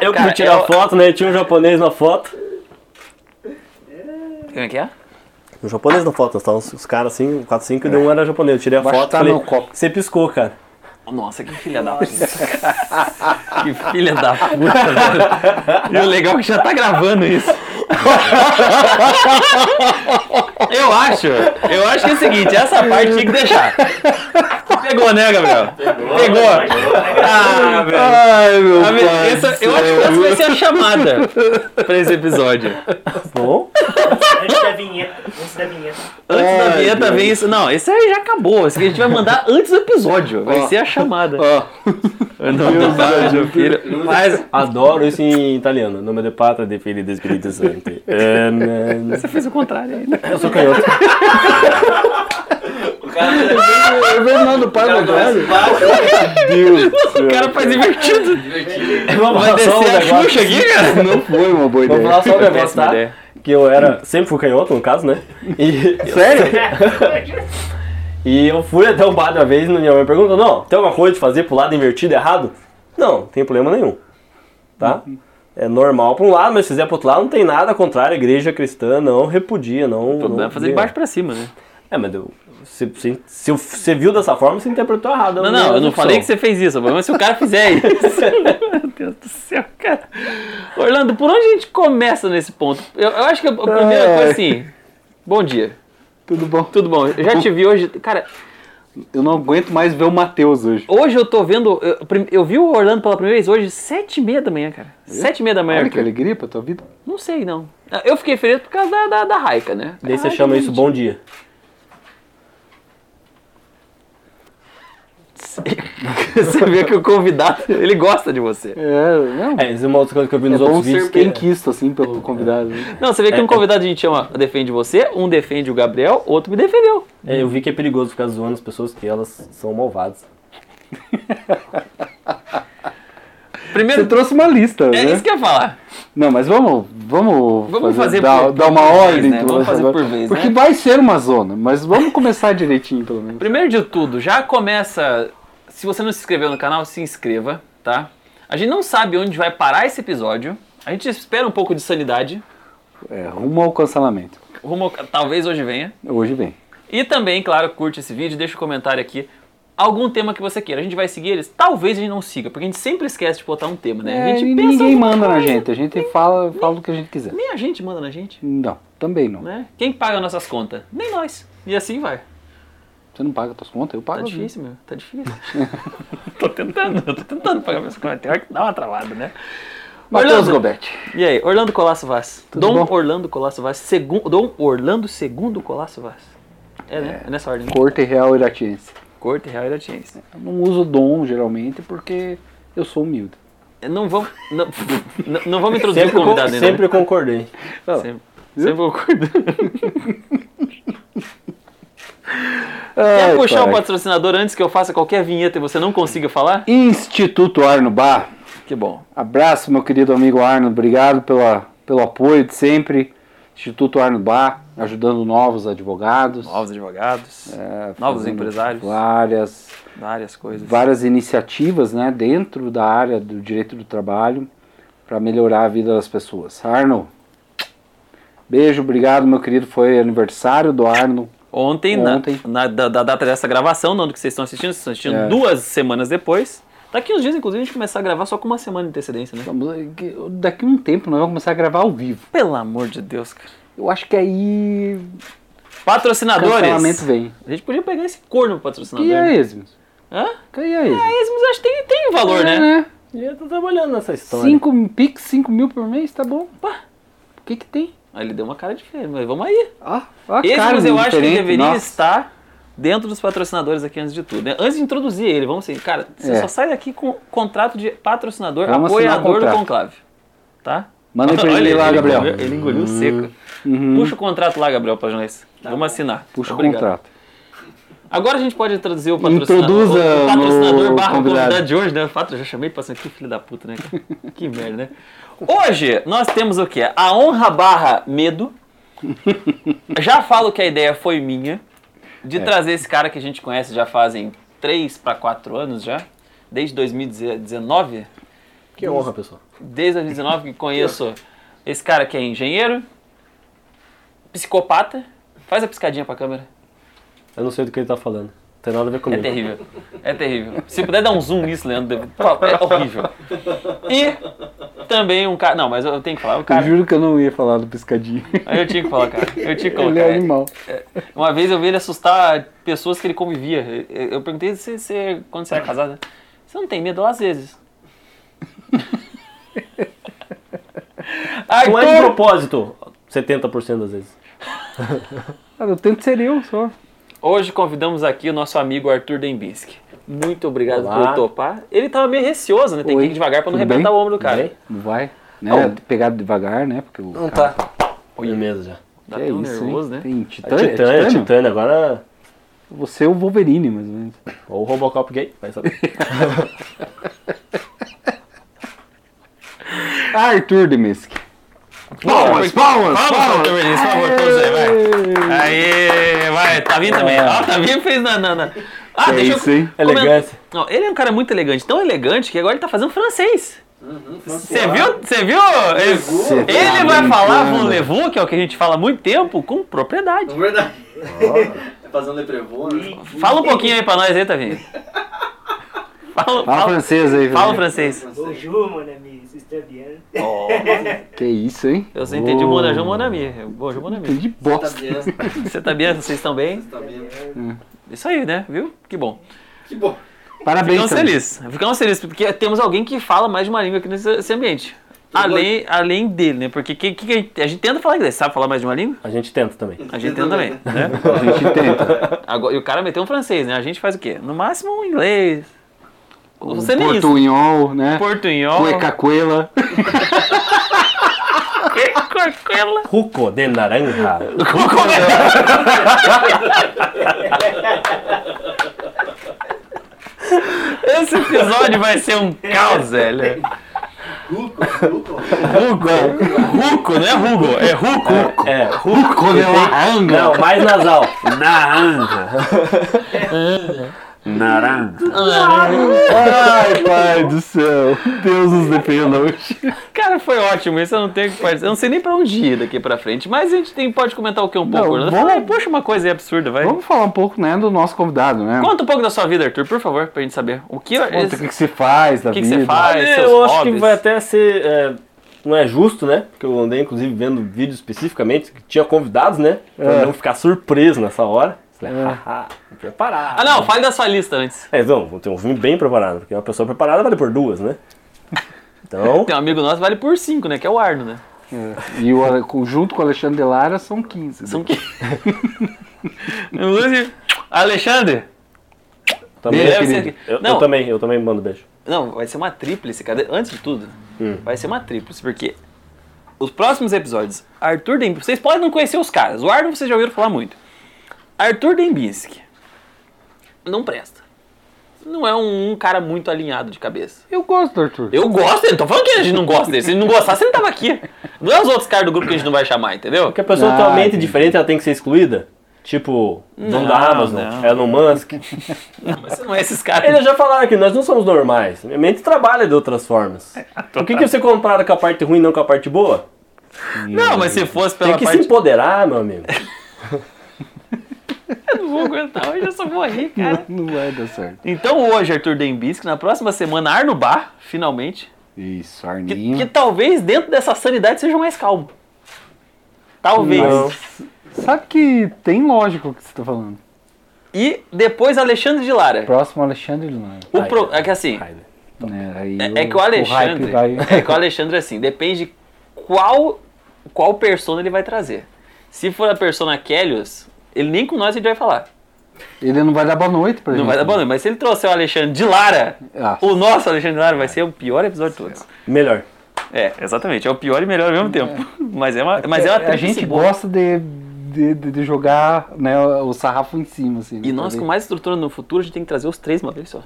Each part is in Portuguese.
eu que Cara, fui tirar eu- foto, né? Tinha um japonês na foto. Como é que é? Um japonês na foto, estavam os, os caras assim, 4, 5 e de um era japonês. Eu tirei a Vou foto e chutar falei, meu copo. você piscou, cara. Nossa, que filha da puta. que filha da puta, velho. E o legal é que já tá gravando isso. eu acho, eu acho que é o seguinte, essa parte tinha que deixar. Pegou, né, Gabriel? Pegou. Ah, velho. Ai, meu Ah, velho, pai essa- do eu acho que céu. essa vai ser a chamada pra esse episódio. Bom, Antes da vinheta. Antes da vinheta. Antes da Ai, vinheta Deus. vem isso. Não, esse aí já acabou. Esse aqui a gente vai mandar antes do episódio. Vai Ó. ser a chamada. Ó, Não, Deus, Deus, Tá filho. Mas adoro isso em italiano. Nome de pátria, de filho e de espírito santo. É, né, você fez o contrário ainda. Eu sou canhoto. O cara eu vejo lá do pai Tá do velho. Meu Deus do céu. O cara faz invertido. Vamos Vai descer a Xuxa aqui, cara. um Não foi uma boa Vamos falar ideia. só um negócio, Péssima tá? ideia. Que eu era, sempre fui canhoto, no caso, né? E, Sério? E eu fui até o bar de uma vez e minha mãe perguntou, não, tem alguma coisa de fazer pro lado invertido errado? Não, não tem problema nenhum. Tá? É normal pra um lado, mas se fizer pro outro lado, não tem nada contrário. A igreja cristã não repudia, não. Pô, dá não pra fazer de baixo pra cima, né? É, mas eu- se, se, se eu- você viu dessa forma, você interpretou errado. Não, não, eu não falei que você fez isso. O problema é se o cara fizer isso. Meu Deus do céu, cara. Orlando, por onde a gente começa nesse ponto? Eu, eu acho que a primeira Ai. coisa assim. Bom dia. Tudo bom. Tudo bom? Eu já te vi hoje. Cara, Eu não aguento mais ver o Matheus hoje. hoje eu tô vendo. Eu, prim- eu vi o Orlando pela primeira vez hoje, sete e meia da manhã, cara. Sete e meia da manhã. Olha que Arthur. alegria pra tua vida. Não sei, não. Ah, Eu fiquei feliz por causa da, da, da Raika, né? Daí você Ai, chama que isso bom dia. Você vê que o convidado, ele gosta de você. É, não. É, isso é uma outra coisa que eu vi É nos bom outros ser vídeos. bem Que, quisto, assim, É. pelo convidado. Não, você vê É, que um convidado a gente chama defende você, um defende o Gabriel, outro me defendeu. é, eu vi que é perigoso ficar zoando as pessoas que elas são malvadas. Você Primeiro, trouxe uma lista, é né? isso que eu ia falar. Não, mas vamos, vamos, Vamos fazer dar, por- dar uma por vez, ordem. né? pelo Vamos menos, fazer agora. por vez, Porque né? vai ser uma zona, mas vamos começar direitinho, pelo menos. Primeiro de tudo, já começa. Se você não se inscreveu no canal, se inscreva, tá? A gente não sabe onde vai parar esse episódio. A gente espera um pouco de sanidade. É, rumo ao cancelamento. Rumo, ao- talvez hoje venha. Hoje vem. E também, claro, curte esse vídeo, deixa um comentário aqui. Algum tema que você queira. A gente vai seguir eles? Talvez a gente não siga, porque a gente sempre esquece de botar um tema, né? a É, gente e pensa ninguém alguma manda na coisa. gente, a gente fala, fala o que a gente quiser. Nem a gente manda na gente, Não, também não. né? Quem paga nossas contas? Nem nós. E assim vai. Você não paga tuas contas, eu Tá pago. as minhas. difícil, meu. Tá difícil. tô tentando, eu tô tentando pagar minhas contas. Tem hora que dá uma travada, né? Matheus Orlando. Gobert. E aí, Orlando Colasso Vaz. Tudo Dom bom? Orlando Colasso Vaz. Segun, Dom Orlando II Colasso Vaz. É, né? É nessa ordem. né? Corte Real Iratiense. Corte Real e da Ciência. Eu não uso dom, geralmente, porque eu sou humilde. Não vamos, não, não, não vamos introduzir Sempre, o convidado con- ainda. né? sempre concordei. Ah, Sempre, sempre vou acordar. Quer Ai, puxar um ah, pai. patrocinador antes que eu faça qualquer vinheta e você não consiga falar? Instituto Arno Bar. Que bom. Abraço, meu querido amigo Arno. Obrigado pela, pelo apoio de sempre. Instituto Arno Bar, ajudando novos advogados. Novos advogados, é, novos fazendo empresários, Várias, várias coisas. várias iniciativas né, dentro da área do direito do trabalho para melhorar a vida das pessoas. Arno, beijo, obrigado, meu querido. Foi aniversário do Arno. Ontem, Ontem. Na, na- da, da data dessa gravação, não do que vocês estão assistindo, vocês estão assistindo É. duas semanas depois. Daqui uns dias, inclusive, a gente começar a gravar só com uma semana de antecedência, né? Vamos- Daqui a um tempo nós vamos começar a gravar ao vivo. Pelo amor de Deus, cara. Eu acho que aí Ah, Patrocinadores. cancelamento vem. A gente podia pegar esse corno pro patrocinador. né? E é esmos. Hã? Que é esmos. É, mas acho que tem, tem valor, É. né? E eu tô trabalhando nessa história. 5 pix, 5 mil por mês, tá bom. Pá. O que que tem? Aí Ele deu uma cara de feio, mas vamos aí. Ah, ó a cara Esmos eu acho que diferente, deveria nossa. estar dentro dos patrocinadores aqui antes de tudo. né? Antes de introduzir ele, vamos assim, cara, você É. só sai daqui com contrato de patrocinador, Vamos assinar apoiador do contrato. conclave. Tá? Manda aí pra Olha, ele lá, Gabriel. engoliu- ele engoliu seco. Uhum. Puxa o contrato lá, Gabriel, pra nós. Vamos assinar. Puxa o Obrigado. contrato. Agora a gente pode introduzir o patrocinador. Introduza o patrocinador no barra convidado. convidado de hoje, né? Fato, eu já chamei pra ser que filho da puta, né? cara? que merda, né? Hoje nós temos o quê? A honra barra medo. Já falo que a ideia foi minha É. de trazer esse cara que a gente conhece já fazem 3 para 4 anos já, desde 2019, Que honra, pessoal. desde 2019 que conheço esse cara que é engenheiro, psicopata. Faz a piscadinha pra câmera. Eu não sei do que ele tá falando. Não tem nada a ver É comigo. terrível. É terrível. Se puder dar um zoom nisso, Leandro, é horrível. E também um cara. Não, mas eu tenho que falar. O Eu cara. juro que eu não ia falar do piscadinho. Aí eu tinha que falar, cara. Eu tinha que colocar. Ele é animal. Uma vez eu vi ele assustar pessoas que ele convivia. Eu eu perguntei se, se- quando você era casada. Você não tem medo? Às vezes. Não é de Arthur, propósito, 70% das vezes. Cara, Ah, eu tento ser eu só. hoje convidamos aqui o nosso amigo Arthur Dembinski. Muito obrigado Olá. por topar. Ele tava meio receoso, né? Tem Oi, que ir devagar pra não tudo arrebentar bem? o ombro do cara. Bem? Não vai. Né? Não. Pegado devagar, né? Porque o Não cara- tá. Olha mesmo já. Dá que é tão isso, hein? nervoso, né? Tem titânio, Titânia, é titânio? Titânia, agora. Você é o Wolverine, mais ou menos. Ou o Robocop gay, vai saber. Arthur Demisk. Palmas, palmas, palmas, Fabrício, por favor, todos aí, vai. Aí, vai, tá vindo também. Ó, tá vindo fez na. na, na. Ah, Que é deixa isso, eu hein? comentar- Elegância. Não, ele é um cara muito elegante, tão elegante que agora ele tá fazendo francês. Você viu? Você viu? Uhum, Você Ele, tá ele vai falar brincando. von Levou, que é o que a gente fala há muito tempo, com propriedade. Verdade. Fazendo leprevô, né? Fala um pouquinho aí pra nós aí, Tavinho. Fala, Fala fala, francês aí, fala velho. francês. Bonjour, mon ami, c'est très bien. Que isso, hein? Eu só entendi o Monajão Monami. Bonjour, Monami. Entendi Tá bosta. bem, Você tá bem? Vocês estão bem? tá bem. Isso aí, né? Viu? Que bom. Que bom. Parabéns, Ficamos Samir. felizes. Ficamos felizes, porque temos alguém que fala mais de uma língua aqui nesse, nesse ambiente. Além, além dele, né? Porque que, que- que a, gente, a gente tenta falar inglês, sabe falar mais de uma língua? A gente tenta também. A gente tenta também, né? A gente tenta. Agora, e o cara meteu um francês, né? A gente faz o quê? No máximo um inglês. Você Um nem isso. portunhol, né? Portunhol. Cuecacuela. Cuecacuela. Ruco de naranja. Esse episódio vai ser um caos, velho. Cuco, cuco. Rugo. Ruco, não é Rugo, é Ruco. É, ruco. Ruco de laranja. Não, mais nasal. Naranja. Ai, pai do céu. Deus nos defenda hoje. Cara, foi ótimo. Isso eu não tenho o que fazer. Eu não sei nem pra onde ir daqui pra frente, mas a gente tem, pode comentar o que um pouco. Não, né? vamos- Fala aí, puxa uma coisa aí absurda, vai. Vamos falar um pouco, né, do nosso convidado, né? Conta um pouco da sua vida, Arthur, por favor, pra gente saber. O que é Conta o esse- que, que se faz da O que que vida. você faz? É, seus eu acho que hobbies. vai até ser. é, não é justo, né? Porque eu andei, inclusive, vendo vídeo especificamente que tinha convidados, né? Pra É. não ficar surpreso nessa hora. Falei, haha, vou preparar. É. Ah, não, fale da sua lista antes. É, então, vou ter um filme bem preparado, porque uma pessoa preparada vale por duas, né? Então, Tem um amigo nosso, vale por 5, né? Que é o Arno, né? É. E o, Ale- com- junto com o Alexandre de Lara são né? 15. São que. Inclusive, Alexandre! também, Deve eu- ser aqui. eu, Não. eu também, eu também mando beijo. Não, vai ser uma tríplice, cara. Antes de tudo, vai ser uma tríplice, porque os próximos episódios, Arthur Dembinski. Vocês podem não conhecer os caras. O Arno vocês já ouviram falar muito. Arthur Dembinski. Não presta. Não é um, um cara muito alinhado de cabeça. Eu gosto do Arthur. Eu gosto dele, tô falando que a gente não gosta dele. Se ele não gostasse, ele tava aqui. Não é os outros caras do grupo que a gente não vai chamar, entendeu? Porque a pessoa Ah, tem uma mente entendi. diferente, ela tem que ser excluída? Tipo, dono da Não, Amazon, não. Elon Musk. Mas você não é esses caras. Eles já falaram que nós não somos normais. Minha mente trabalha de outras É, formas. O que, que você compara com a parte ruim e não com a parte boa? Não, mas se fosse pela Tem que parte. se empoderar, meu amigo. Eu não vou aguentar, hoje eu só vou rir, cara. Não vai dar certo. Então hoje, Arthur Dembinski, na próxima semana, Arno Bar, finalmente. Isso, Que, Arninho. que talvez dentro dessa sanidade seja mais calmo. Talvez. Mas, sabe que tem lógico o que você tá falando. E depois Alexandre de Lara. Próximo Alexandre de Lara. O pro- É que assim, Ai, né? Né, aí é, é que o Alexandre. hype vai- É que o Alexandre, assim, depende qual, qual persona ele vai trazer. Se for a persona Kellius, ele nem com nós a gente vai falar. Ele não vai dar boa noite pra Não gente. né? vai dar bom, não. mas se ele trouxer o Alexandre de Lara, Ah. o nosso Alexandre de Lara vai ser o pior episódio de todos. Melhor. É, exatamente. É o pior e melhor ao mesmo tempo. Mas é uma, mas é uma A tríplice gente boa. gosta de, de, de- de jogar né, o sarrafo em cima, assim. E nós, com Pra mais estrutura no futuro, a gente tem que trazer os três de uma vez só.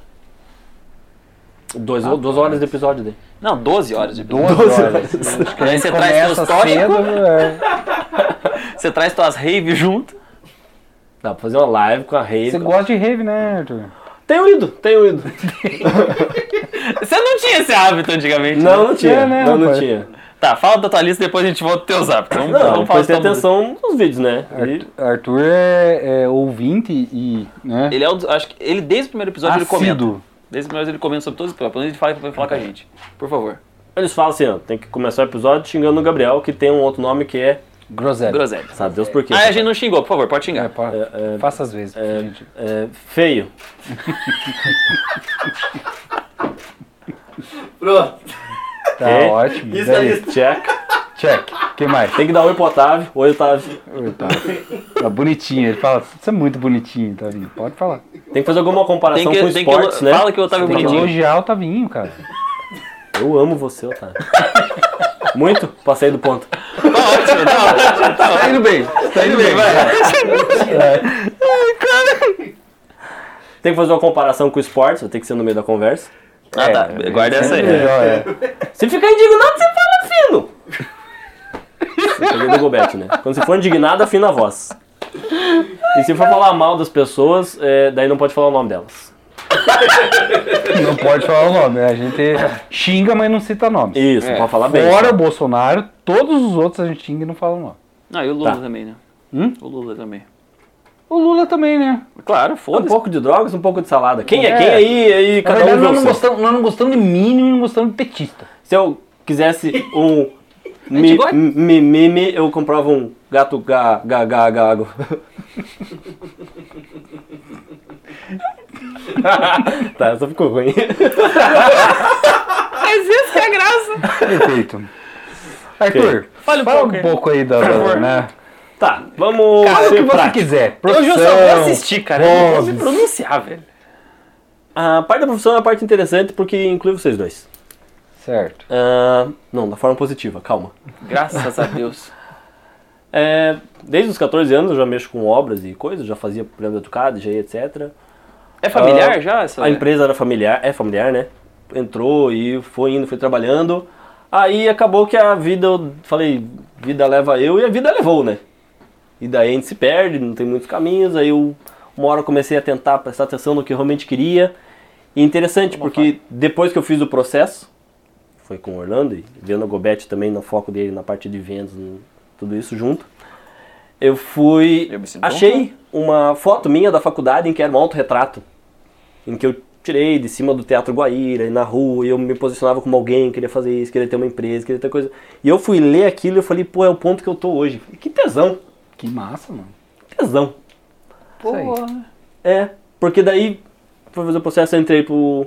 Dois, duas horas de episódio daí. Não, 12 Ah, horas de episódio. ver. 12 horas. Aí você traz Começa seus tóxicos, cedo, é. você traz tuas raves junto. Dá pra fazer uma live com a rei. um Você gosta de rave, né, Arthur? Tenho ido, tenho ido. Você não tinha esse hábito antigamente? Não, né? não tinha. É, né, não, não rapaz? tinha. Tá, fala da tua lista depois a gente volta pro teu zap. Vamos, Não, falar depois tem de todo mundo. atenção nos vídeos, né? E- Arthur, Arthur é, é ouvinte e. Né? Ele é um dos, acho que ele desde o primeiro episódio ele comenta. assíduo. Desde o primeiro episódio ele comenta sobre todos os problemas, ele fala vai falar com a gente. Por favor. Eles falam assim, ó, tem que começar o episódio xingando o Gabriel, que tem um outro nome que é, Groselha. Groselha. sabe Deus por quê. Ah, a gente não xingou, por favor, pode xingar. É, pá, É, é, faça às vezes. pra gente. É, feio. Pronto. Tá ok? ótimo. Isso daí. é isso. Check. Check. que mais? Tem que dar oi pro Otávio. Oi, Otávio. Tá. Tá bonitinho. Ele fala, você é muito bonitinho, Tavinho. Pode falar. Tem que fazer alguma Tem comparação que, com tem que, esportes, né? Fala que o Otávio é Tem que bonitinho. elogiar o Tavinho, cara. Eu amo você, Otávio. Muito? Passei do ponto. Tá indo bem. Tá indo bem. Tem que fazer uma comparação com esportes, vai ter que ser no meio da conversa. Ah, tá. Guarda essa aí. É, Se ficar indignado, você fala fino. Eu peguei do Gobete, né? Quando você for indignado, afina a voz. E se for falar mal das pessoas, é, daí não pode falar o nome delas. Não pode falar o nome. né? A gente xinga, mas não cita nome. Isso, pode falar bem. É. Fora o Bolsonaro, todos os outros a gente xinga e não fala o nome. Não, e o Lula Tá. também, né? Hum? O Lula também. O Lula também, né? Claro, Um foda-se. pouco de drogas, um pouco de salada. Quem é, É. quem aí? aí Na cada verdade, um vê nós o não, seu. gostamos, nós não gostamos de mínimo e não gostamos de petista. Se eu quisesse um É mi- gosta. mi- mi- mi, eu comprava um gato ga, ga, ga, gago. tá, essa ficou ruim. Mas isso que é graça. Perfeito. Arthur, Fale um fala pouco aí. um pouco aí da. favor. Né? Tá, vamos Fala o que ser você prático. quiser. Eu já só vou Profissão, assistir, cara. Eu não posso me hobbies. pronunciar, velho. A parte da profissão é a parte interessante porque inclui vocês dois. Certo. Ah, não, da forma positiva, calma. Graças a Deus. É, desde os 14 anos eu já mexo com obras e coisas, já fazia programa de educado, já ia, etc. É familiar Ah, já? Essa A empresa era familiar, é familiar, né? Entrou e foi indo, foi trabalhando. Aí acabou que a vida, eu falei, vida leva eu e a vida levou, né? E daí a gente se perde, não tem muitos caminhos. Aí eu, uma hora eu comecei a tentar prestar atenção no que eu realmente queria. E interessante, porque depois que eu fiz o processo, foi com o Orlando e vendo o Gobete também no foco dele na parte de vendas, no- tudo isso junto. Eu fui. Eu me sinto achei uma foto minha da faculdade em que era um autorretrato em que eu tirei de cima do Teatro Guaíra e na rua, e eu me posicionava como alguém, queria fazer isso, queria ter uma empresa, queria ter coisa. E eu fui ler aquilo e eu falei, pô, é o ponto que eu tô hoje. E que tesão, Que massa, mano. tesão. Isso aí. É, porque daí foi fazer o processo, eu entrei pro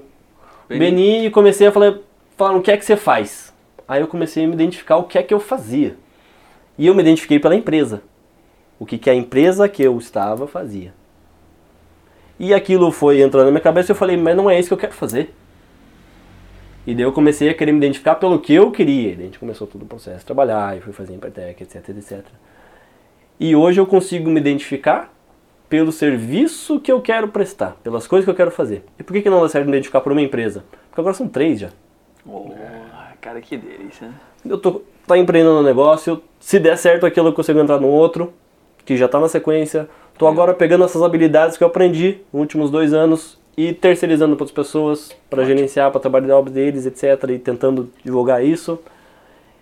Beni e comecei a falar, falaram, o que é que você faz? Aí eu comecei a me identificar o que é que eu fazia. E eu me identifiquei pela empresa. O que, que a empresa que eu estava fazia. E aquilo foi entrando na minha cabeça e eu falei, mas não é isso que eu quero fazer. E daí eu comecei a querer me identificar pelo que eu queria. E daí a gente começou todo o processo, trabalhar, e fui fazer Empertec, etc, etc. E hoje eu consigo me identificar pelo serviço que eu quero prestar, pelas coisas que eu quero fazer. E por que, que não dá certo me identificar por uma empresa? Porque agora são três já. Oh, cara, que delícia, né? Eu tô tá empreendendo um negócio, eu- se der certo aquilo eu consigo entrar no outro, que já tá na sequência. Tô agora pegando essas habilidades que eu aprendi nos últimos dois anos e terceirizando para outras pessoas, para gerenciar, para trabalhar na obra deles, etc. E tentando divulgar isso.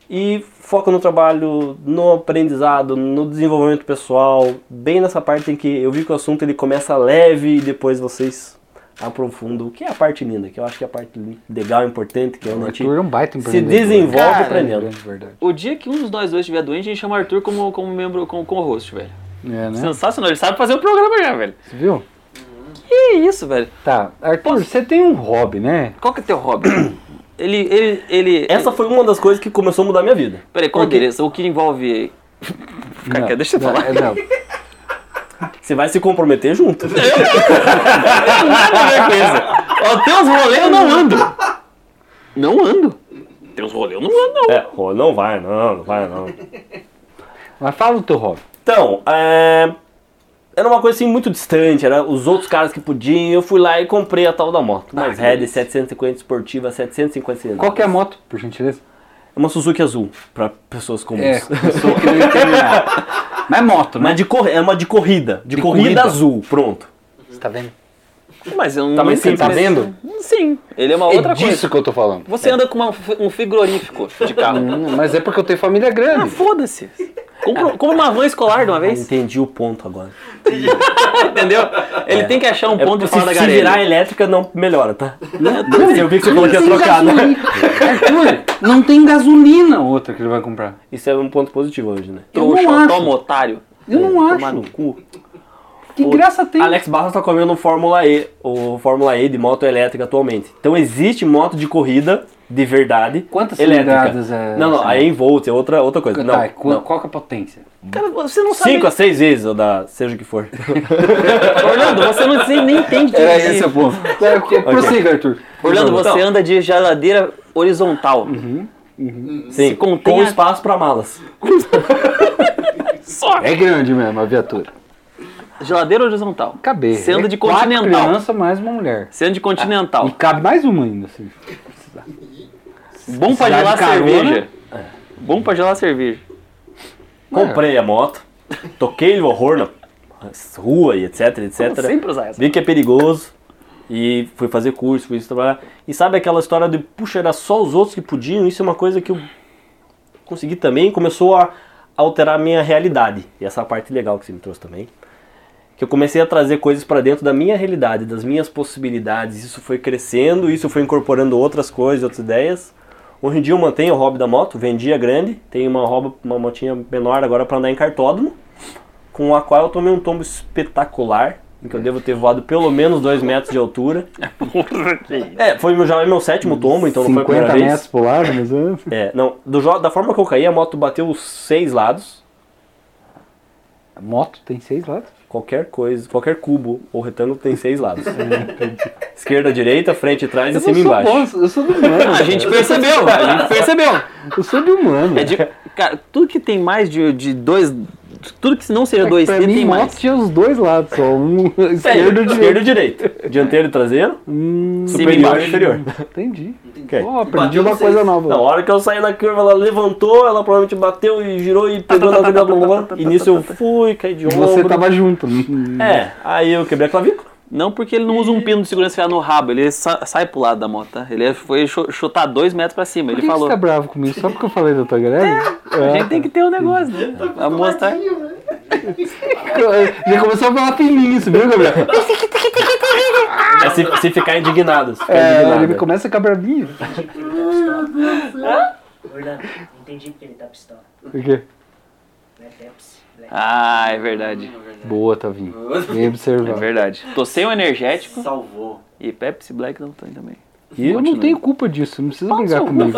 E foco no trabalho, no aprendizado, no desenvolvimento pessoal, bem nessa parte em que eu vi que o assunto ele começa leve e depois vocês aprofundam, o que é a parte linda, que eu acho que é a parte legal, importante, que é O onde a gente Arthur é um baita se empreendedor. desenvolve Cara, aprendendo. É verdade. O dia que um dos nós dois estiver doente, a gente chama o Arthur como, como membro, como, como host, velho. É, né? Sensacional, ele sabe fazer o programa já, velho. Você viu? Que isso, velho. Tá, Arthur, você tem um hobby, né? Qual que é teu hobby? ele, ele, ele... Essa foi uma das coisas que começou a mudar minha vida. Peraí, qual endereço? O que envolve... Cara, Não, quer- deixa eu não, falar. é, Não, Você vai se comprometer junto. nada a ver com isso. Ó, teus rolês eu não ando. Não ando. Teus rolês eu não ando, não. é, ô, não vai, não, não vai, não. Mas fala o teu hobby. Então, é, era uma coisa assim muito distante, era os outros caras que podiam, eu fui lá e comprei a tal da moto. Mas que Red delícia. 750 esportiva, 750 cilindradas. Qual que é a moto, por gentileza? É uma Suzuki azul, pra pessoas É, comuns. pessoa que não entende nada. Mas é moto, né? Mas de cor... é uma de corrida, de, De corrida, corrida. azul, pronto. Você tá vendo? Mas eu não Tá, mas entendo você tá esse- vendo? Sim, ele é uma é outra disso coisa. que eu tô falando. Você anda com uma- um frigorífico de carro. Hum, Mas é porque eu tenho família ah, grande. foda-se. Compra, compra uma van escolar de uma Eu vez, entendi o ponto agora. entendeu? Ele tem que achar um É ponto de porque fora da se, se galera. virar elétrica, não melhora, tá? Eu vi que você falou que ia trocar, né? gasolina. Arthur, não tem gasolina outra que ele vai comprar. Isso é um ponto positivo hoje, né? Eu Trouxa, não acho. toma otário. É, Eu não Tomar acho. no cu. Que graça tem? Alex Barros tá comendo um Fórmula E, o Fórmula E de moto elétrica atualmente. Então existe moto de corrida de verdade. Quantas elétrica. cilindradas é Não, não, essa? aí em volts é outra, outra coisa. Não, Tá, e qu- não. qual que é a potência? Cara, você não sabe. Cinco a seis vezes, ou da, seja o que for. Orlando, você não você nem entende Era dirigir. esse é o ponto. Prossiga, Arthur. Orlando, você Então. anda de geladeira horizontal. Sim, contém com a- espaço pra malas. É grande mesmo a viatura. Geladeira horizontal. Cabe. Você anda de É quatro continental. criança mais uma mulher. Você anda de continental. E cabe mais uma ainda. assim. Bom pra Cidade gelar carona. cerveja. Bom pra gelar cerveja. Comprei a moto, toquei o horror na rua e etc, etc. Eu sempre usar essa. Vi que é perigoso e fui fazer curso, fui trabalhar. E sabe aquela história de, puxa, era só os outros que podiam? Isso é uma coisa que eu consegui também. Começou a alterar a minha realidade. E essa parte legal que você me trouxe também. Que eu comecei a trazer coisas para dentro da minha realidade, das minhas possibilidades. Isso foi crescendo, isso foi incorporando outras coisas, outras ideias. Hoje em dia eu mantenho o hobby da moto, vendi a grande, tenho uma, hobby, uma motinha menor agora para andar em cartódromo, com a qual eu tomei um tombo espetacular, em que eu devo ter voado pelo menos 2 metros de altura. É, foi meu- já é meu sétimo tombo, então não foi a 50 primeira metros vez. pro lado, mas É, é. não, do jo- da forma que eu caí, a moto bateu os seis lados, A moto tem seis lados. qualquer coisa, qualquer cubo ou retângulo tem seis lados. Esquerda, direita, frente, trás e cima e embaixo. bom, eu sou do humano. A gente percebeu, a gente percebeu. Eu sou do humano. É de- cara, tudo que tem mais de, de dois. Tudo que não seja dois É pra D mim, tem moto mais. tinha os dois lados só. Um esquerdo e esquerdo e direito. direito. Dianteiro e traseiro, Hum, Cima e superior e embaixo. inferior. entendi. Ok. Ó, aprendi Bateu uma seis. coisa nova. Na hora que eu saí da curva, ela levantou, ela provavelmente bateu e girou Tá, e pegou na trilha blá blá. E nisso eu fui, caí de E ombro. tá, Você tá tava junto. Hum. É, aí eu quebrei a clavícula. Não porque ele não usa um pino de segurança enfiado no rabo, ele sa- sai pro lado da moto. tá? Ele foi chu- chutar dois metros pra cima, Por ele que, que falou. você tá bravo comigo? Só porque eu falei da tua greve? A gente tem que ter um negócio, né? A moça tá. Já começou a falar fininho, você viu, Gabriel? É se, se ficar indignado. Se ficar Ah. É, indignado. ele começa a ficar bravinho. Orlando, entendi porque ele tá pistola. Por quê? Não é Pepsi, Black. Ah, é verdade. Boa, Tavinho. Bem É observado. verdade. Tô sem o energético Salvou. e Pepsi Black não tem também. E, Eu não tenho culpa disso, não precisa brigar comigo.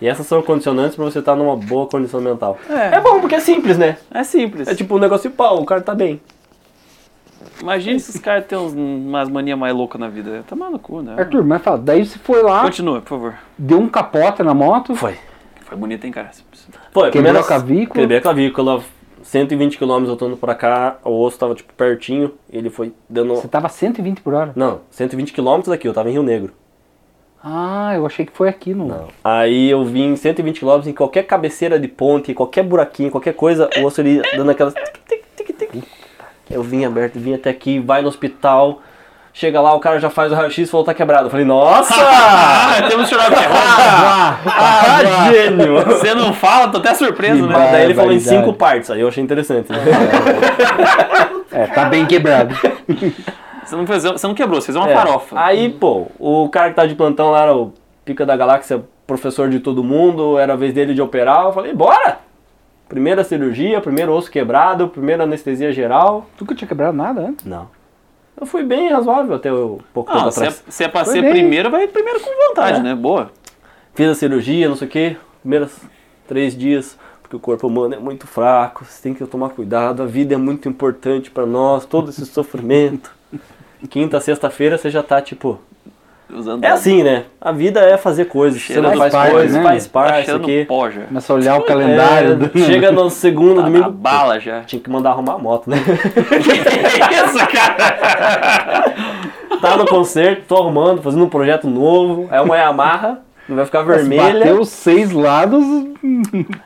e essas são condicionantes pra você estar numa boa condição mental. É. bom, porque é simples, né? É simples. É tipo um negócio de pau, o cara tá bem. Imagina se os caras têm uns- umas manias mais loucas na vida. Tá maluco, né? Arthur, É, mas fala, daí você foi lá, Continua, por favor. deu um capota na moto, Foi. Foi bonito, hein, cara? Foi, a quebrou primeira- a clavícula. Quebrei a clavícula, 120 km voltando pra cá, o osso tava tipo pertinho, ele foi dando. Você tava 120 por hora. Não, 120 km daqui, eu tava em Rio Negro. Ah, eu achei que foi aqui no. Aí eu vim 120 km em qualquer cabeceira de ponte, qualquer buraquinho, qualquer coisa, o osso ele dando aquelas. tic, tic, tic, tic. Eu vim aberto, vim até aqui, vai no hospital, chega lá, o cara já faz o raio-x e falou tá quebrado. Eu falei, nossa! Ah, temos que chorar ah, gênio! Você não fala, tô até surpreso, né? Daí ele falou em Barbaridade. cinco partes, aí eu achei interessante. né? É, tá bem quebrado. Você não, fez, você não quebrou, você fez uma É. farofa. Aí, pô, o cara que tá de plantão lá era o pica da galáxia, professor de todo mundo, era a vez dele de operar. Eu falei, bora! Primeira cirurgia, primeiro osso quebrado, primeira anestesia geral. Nunca tinha quebrado nada né? antes. Não. Eu fui bem razoável até o pouco tempo Ah, se é, atrás. se é pra Foi ser bem. primeiro, vai primeiro com vontade, É. né? Boa. Fiz a cirurgia, não sei o quê, primeiros três dias, porque o corpo humano é muito fraco, você tem que tomar cuidado, a vida é muito importante pra nós, todo esse sofrimento. Quinta, sexta-feira você já tá tipo. Usando É assim, né? A vida é fazer coisas. Você não Cheirando Tá faz parte, coisas, né? faz parte, isso Achando aqui. poja. Começa a olhar o calendário. né? do- É, chega no segundo, Tá na domingo. bala já. Tinha que mandar arrumar a moto, né? que isso, cara? tá no concerto, tô arrumando, fazendo um projeto novo. É uma Yamaha, não vai ficar Nossa, vermelha. Bateu os seis lados,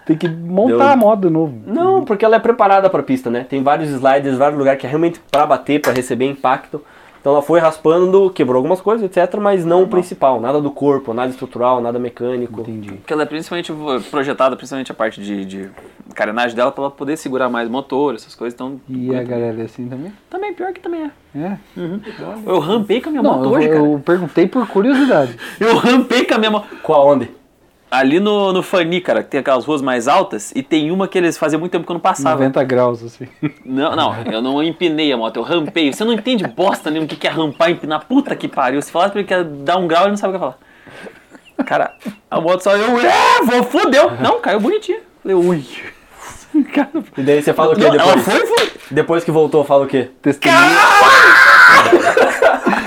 tem que montar Deu- Hum. a moda de novo. Uhum. Não, porque ela é preparada pra pista, né? Tem vários slides, vários lugares que é realmente pra bater, pra receber impacto. Então ela foi raspando, quebrou algumas coisas, etc, mas não o principal, nada do corpo, nada estrutural, nada mecânico. Entendi. Porque ela é principalmente vo- projetada, principalmente a parte de, de carenagem dela, pra ela poder segurar mais motor, essas coisas. Então, E a galera é assim também? também, pior que também é. É? Eu rampei com a minha Não, moto hoje, eu, cara. eu perguntei por curiosidade. Eu rampei com a minha moto. Qual onde? Ali no, no Fani, cara, que tem aquelas ruas mais altas, e tem uma que eles fazem muito tempo que eu não passava. 90 graus, assim. Não, não, eu não empinei a moto, eu rampei. Você não entende bosta nenhuma o que que é rampar, empinar. Puta que pariu. Se falasse pra ele que ia dar um grau, ele não sabe o que ia falar. Cara, a moto só eu. É, vou, fodeu. Não, caiu bonitinho. Falei, ui. Cara, E daí você fala o que não, ela depois? foi, foi. Depois que voltou, fala o quê? Testemunha.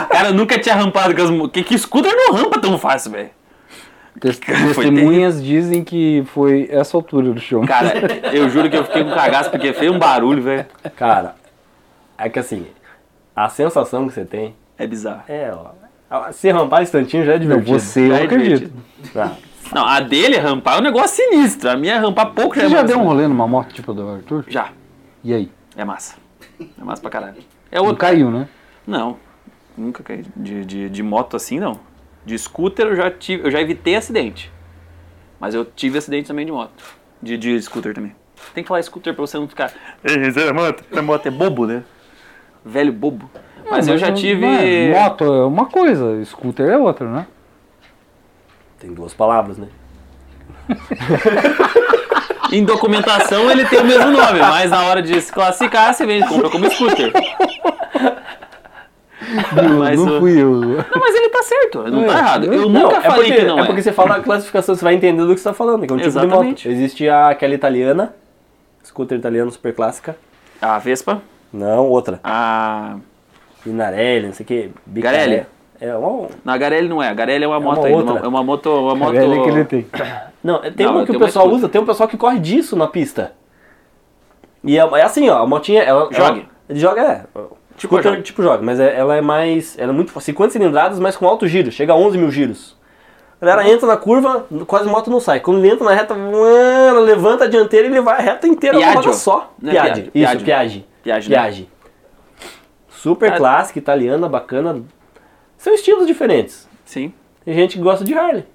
Cara, eu nunca tinha rampado com as mo- Que, que scooter não rampa tão fácil, velho. Tes- Cara, foi Testemunhas dizem que foi essa altura do show. Cara, eu juro que eu fiquei com cagaço porque fez um barulho, velho. Cara, é que assim, a sensação que você tem É bizarro. é, ó. a- Se rampar um instantinho já é Não, divertido. você eu É acredito. Tá. divertido. Ah, Não, a dele rampar é um negócio sinistro. A minha rampar pouco Você é já massa. deu um rolê numa moto tipo do Arthur? Já. E aí? É massa. É massa pra caralho. É Não outro. caiu, né? Não, nunca caí de, de, de moto assim, não. De scooter eu já tive, eu já evitei acidente. Mas eu tive acidente também de moto. De, de scooter também. Tem que falar scooter pra você não ficar. "Ei, Você é moto? É moto é bobo, né? Velho bobo. Mas eu já não- tive. não é, moto é uma coisa, scooter é outra, né? tem duas palavras, né? Em documentação ele tem o mesmo nome, mas na hora de se classificar, você vem e compra como scooter. Mas não o- fui eu. Não, mas ele tá certo, não tá É, errado. Eu Não, nunca é falei porque, que não é. é porque você fala a classificação, você vai entender do que você tá falando, que é um tipo Exatamente. de moto. Existe a, aquela italiana, scooter italiana super clássica. A Vespa, Não, outra. a. Minarelli, não sei o que. Garelli. É uma... Não, a Garelli não é. A Garelli é uma moto uma aí. outra. Uma, é uma moto. Uma moto... Velho que ele tem. Não, é- tem Não, uma eu que o tenho uma pessoal scooter. usa, tem um pessoal que corre disso na pista. E é, é assim, ó, a motinha, ela... Jogue. ela- ele joga, é. Tipo scooter, jogue. tipo joga, mas é- ela é mais... Ela é muito... 50 cilindradas, mas com alto giro, chega a 11 mil giros. A galera entra na curva, quase a moto não sai. Quando ele entra na reta, ué, ela levanta a dianteira e ele vai a reta inteira numa Piaggio. roda só. Não é Piaggio. Piaggio, Isso, Piaggio. Piaggio. Piaggio, né? Piaggio. Super Ah. clássica, italiana, bacana. São estilos diferentes. Sim. Tem gente que gosta de Harley.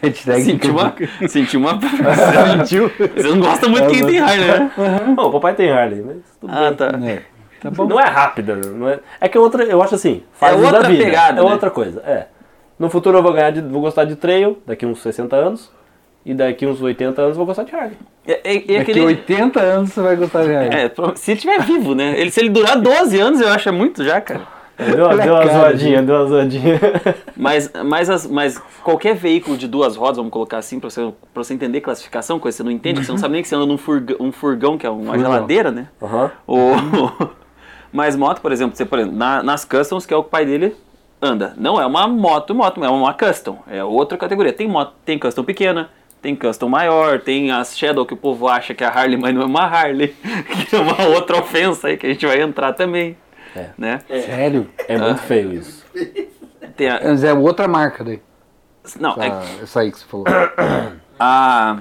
Hashtag Senti uma. Senti uma. É Sentiu? Você não gosta muito de quem tem Harley, né? Bom, o papai tem Harley, mas tudo Ah, bem. tá. É. Não é rápida, não é... é que é outra, eu acho assim, fase outra da vida, pegada, é né? outra coisa, é. No futuro eu vou ganhar, de- vou gostar de trail, daqui uns 60 anos, e daqui uns 80 anos eu vou gostar de Harley. E, e- é e Daqui aquele. 80 é anos você vai gostar de Harley. É, pro- se ele estiver vivo, né? Ele, se ele durar 12 anos, eu acho é muito já, cara. Deu, uma- Olha a deu uma cara, zoadinha, deu uma zoadinha. Mas, mas, as- mas qualquer veículo de duas rodas, vamos colocar assim, pra você, pra você entender classificação, coisa que você não entende, que você não sabe nem que você anda num furgão, um furgão que é uma Uhum. Furgão. geladeira, né? Aham. Ou... Mas moto, por exemplo, você, por exemplo na- nas customs, que é o que o pai dele anda. Não é uma moto, moto, é uma custom. É outra categoria. Tem moto, tem custom pequena, tem custom maior, tem as Shadow que o povo acha que é a Harley, mas não é uma Harley. Que é uma outra ofensa aí que a gente vai entrar também. É. Né? Sério? É muito Ah. feio isso. Tem a- Mas é outra marca daí. não, Tá, é, Essa aí que você falou. a.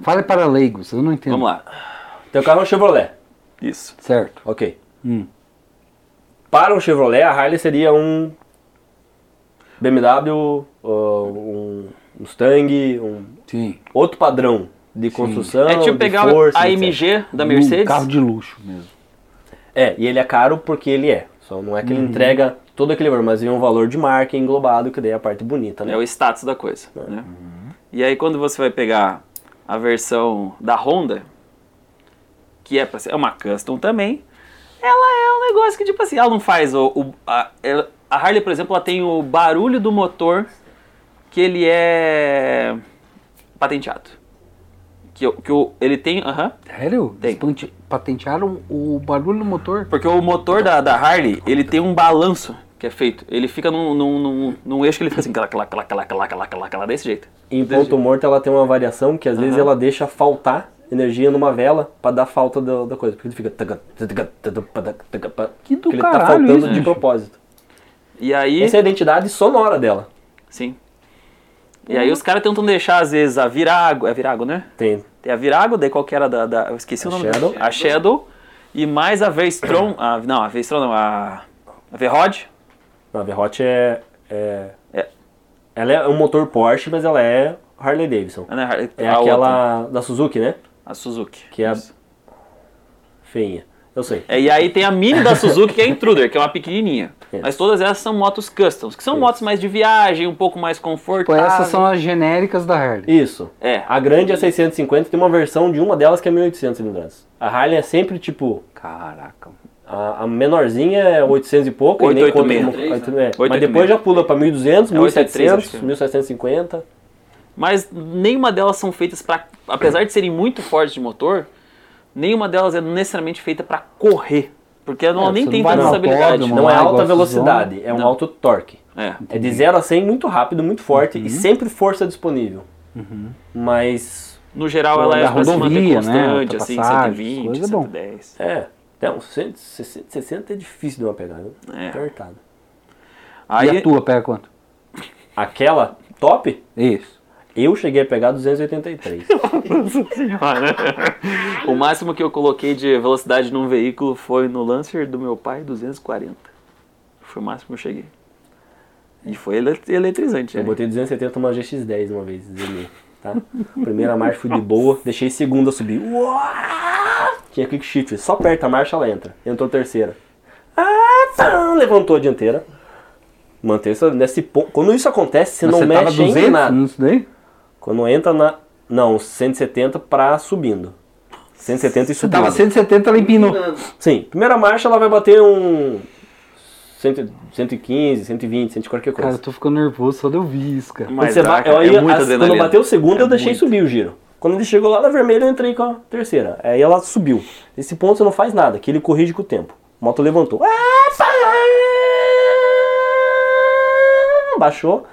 Fale para leigos, eu não entendo. Vamos lá. Teu carro é um Chevrolet, Isso. Certo. ok. Hum. Para um Chevrolet, a Harley seria um BMW, uh, um Mustang, um Sim. outro padrão de construção, é tipo de pegar força, a etc. MG da Um Mercedes. carro de luxo mesmo. É, e ele é caro porque ele é. Só não é que ele Uhum. entrega todo aquele valor, mas ele é um valor de marca englobado, que daí é a parte bonita, né? É o status da coisa, né? E aí quando você vai pegar a versão da Honda, que é pra ser é uma custom também, ela é um negócio que tipo assim, ela não faz o, o- a, ela- a Harley, por exemplo, ela tem o barulho do motor que ele é patenteado. Que, o- que o, ele tem, aham, Sério? Tem. Eles pante- patentearam o barulho do motor? Porque o motor da, da Harley, ele tem um balanço que é feito. Ele fica num, num, num, num eixo que ele fica assim, clac, clac, clac, clac, clac, clac, clac, clac, desse jeito. Em ponto morto ela tem uma variação que às vezes ela deixa faltar energia numa vela pra dar falta da, da coisa, porque ele fica taca, taca, taca, taca, taca, pá, Que do porque ele tá caralho faltando isso, de bicho. propósito. E aí... Essa é a identidade sonora dela. Sim. E Uhum. aí os caras tentam deixar, às vezes, a Virago... É Virago, né? Tem Tem a Virago, daí qual que era da... da- eu esqueci A o nome Shadow. dela. A Shadow. E mais a Veistron. A, não, a Veistron não, a. A Verrod. Não, a Verhot é, é. É. Ela é um motor Porsche, mas ela é Harley Davidson. a- a- É né? a outra, aquela da Suzuki, né? a Suzuki. Que é a- Feinha. Eu sei. É, E aí tem a mini da Suzuki, que é a Intruder, que é uma pequenininha. Isso. Mas todas elas são motos customs, que são motos mais de viagem, um pouco mais Pô, confortáveis. essas são as genéricas da Harley. Isso. É. Tipo, A grande é 650, tem uma versão de uma delas que é 1800 cilindradas. A Harley é sempre tipo. Caraca. A, a menorzinha é 800 e pouco, e nem 886, conta como- é, Mas 886. depois já pula pra 1200, É, 883, acho 1700, que é. 1750. Mas nenhuma delas são feitas para, apesar de serem muito fortes de motor, nenhuma delas é necessariamente feita para correr, porque ela É, nem você tem não vai tanta no habilidade. autódromo, né? Não é lá, igual alta a Suzano. velocidade, é um Não. alto torque. É. É de 0 a 100 muito rápido, muito forte e sempre força disponível. Mas, No geral Pô, ela é da pra se manter rodovia, constante, né, assim, ultrapassagem, 120, coisa é bom. 110. é, até uns 100, 60, 60 é difícil de uma pegada. É. Apertado. E Aí a tua pega quanto? Aquela top, Isso. eu cheguei a pegar 283. o máximo que eu coloquei de velocidade num veículo foi no Lancer do meu pai, 240. Foi o máximo que eu cheguei. E foi ele- eletrizante. Eu né? botei 270 numa GX10 uma vez, desenhei, tá? Primeira marcha fui de boa, deixei segunda subir. Uá! Tinha click shift, só aperta a marcha, ela entra. Entrou terceira. Ah, tá, levantou a dianteira. Manteve essa- nesse ponto. Quando isso acontece, você Mas não tava mexe em nada. nisso daí? Quando entra na. Não, 170 pra subindo. 170 e Você subindo. tava 170, ela empinou. Sim, primeira marcha ela vai bater um. cento- 115, 120, 100 qualquer coisa. Cara, eu tô ficando nervoso só de eu vi isso, cara. Quando Mas você dá, ba- cara, eu ia- é muita as- quando adrenalina. bateu o segundo, eu É deixei muito. subir o giro. Quando ele chegou lá na vermelha, eu entrei com a terceira. Aí ela subiu. Nesse ponto você não faz nada, que ele corrige com o tempo. A moto levantou. Ah, pá! Baixou.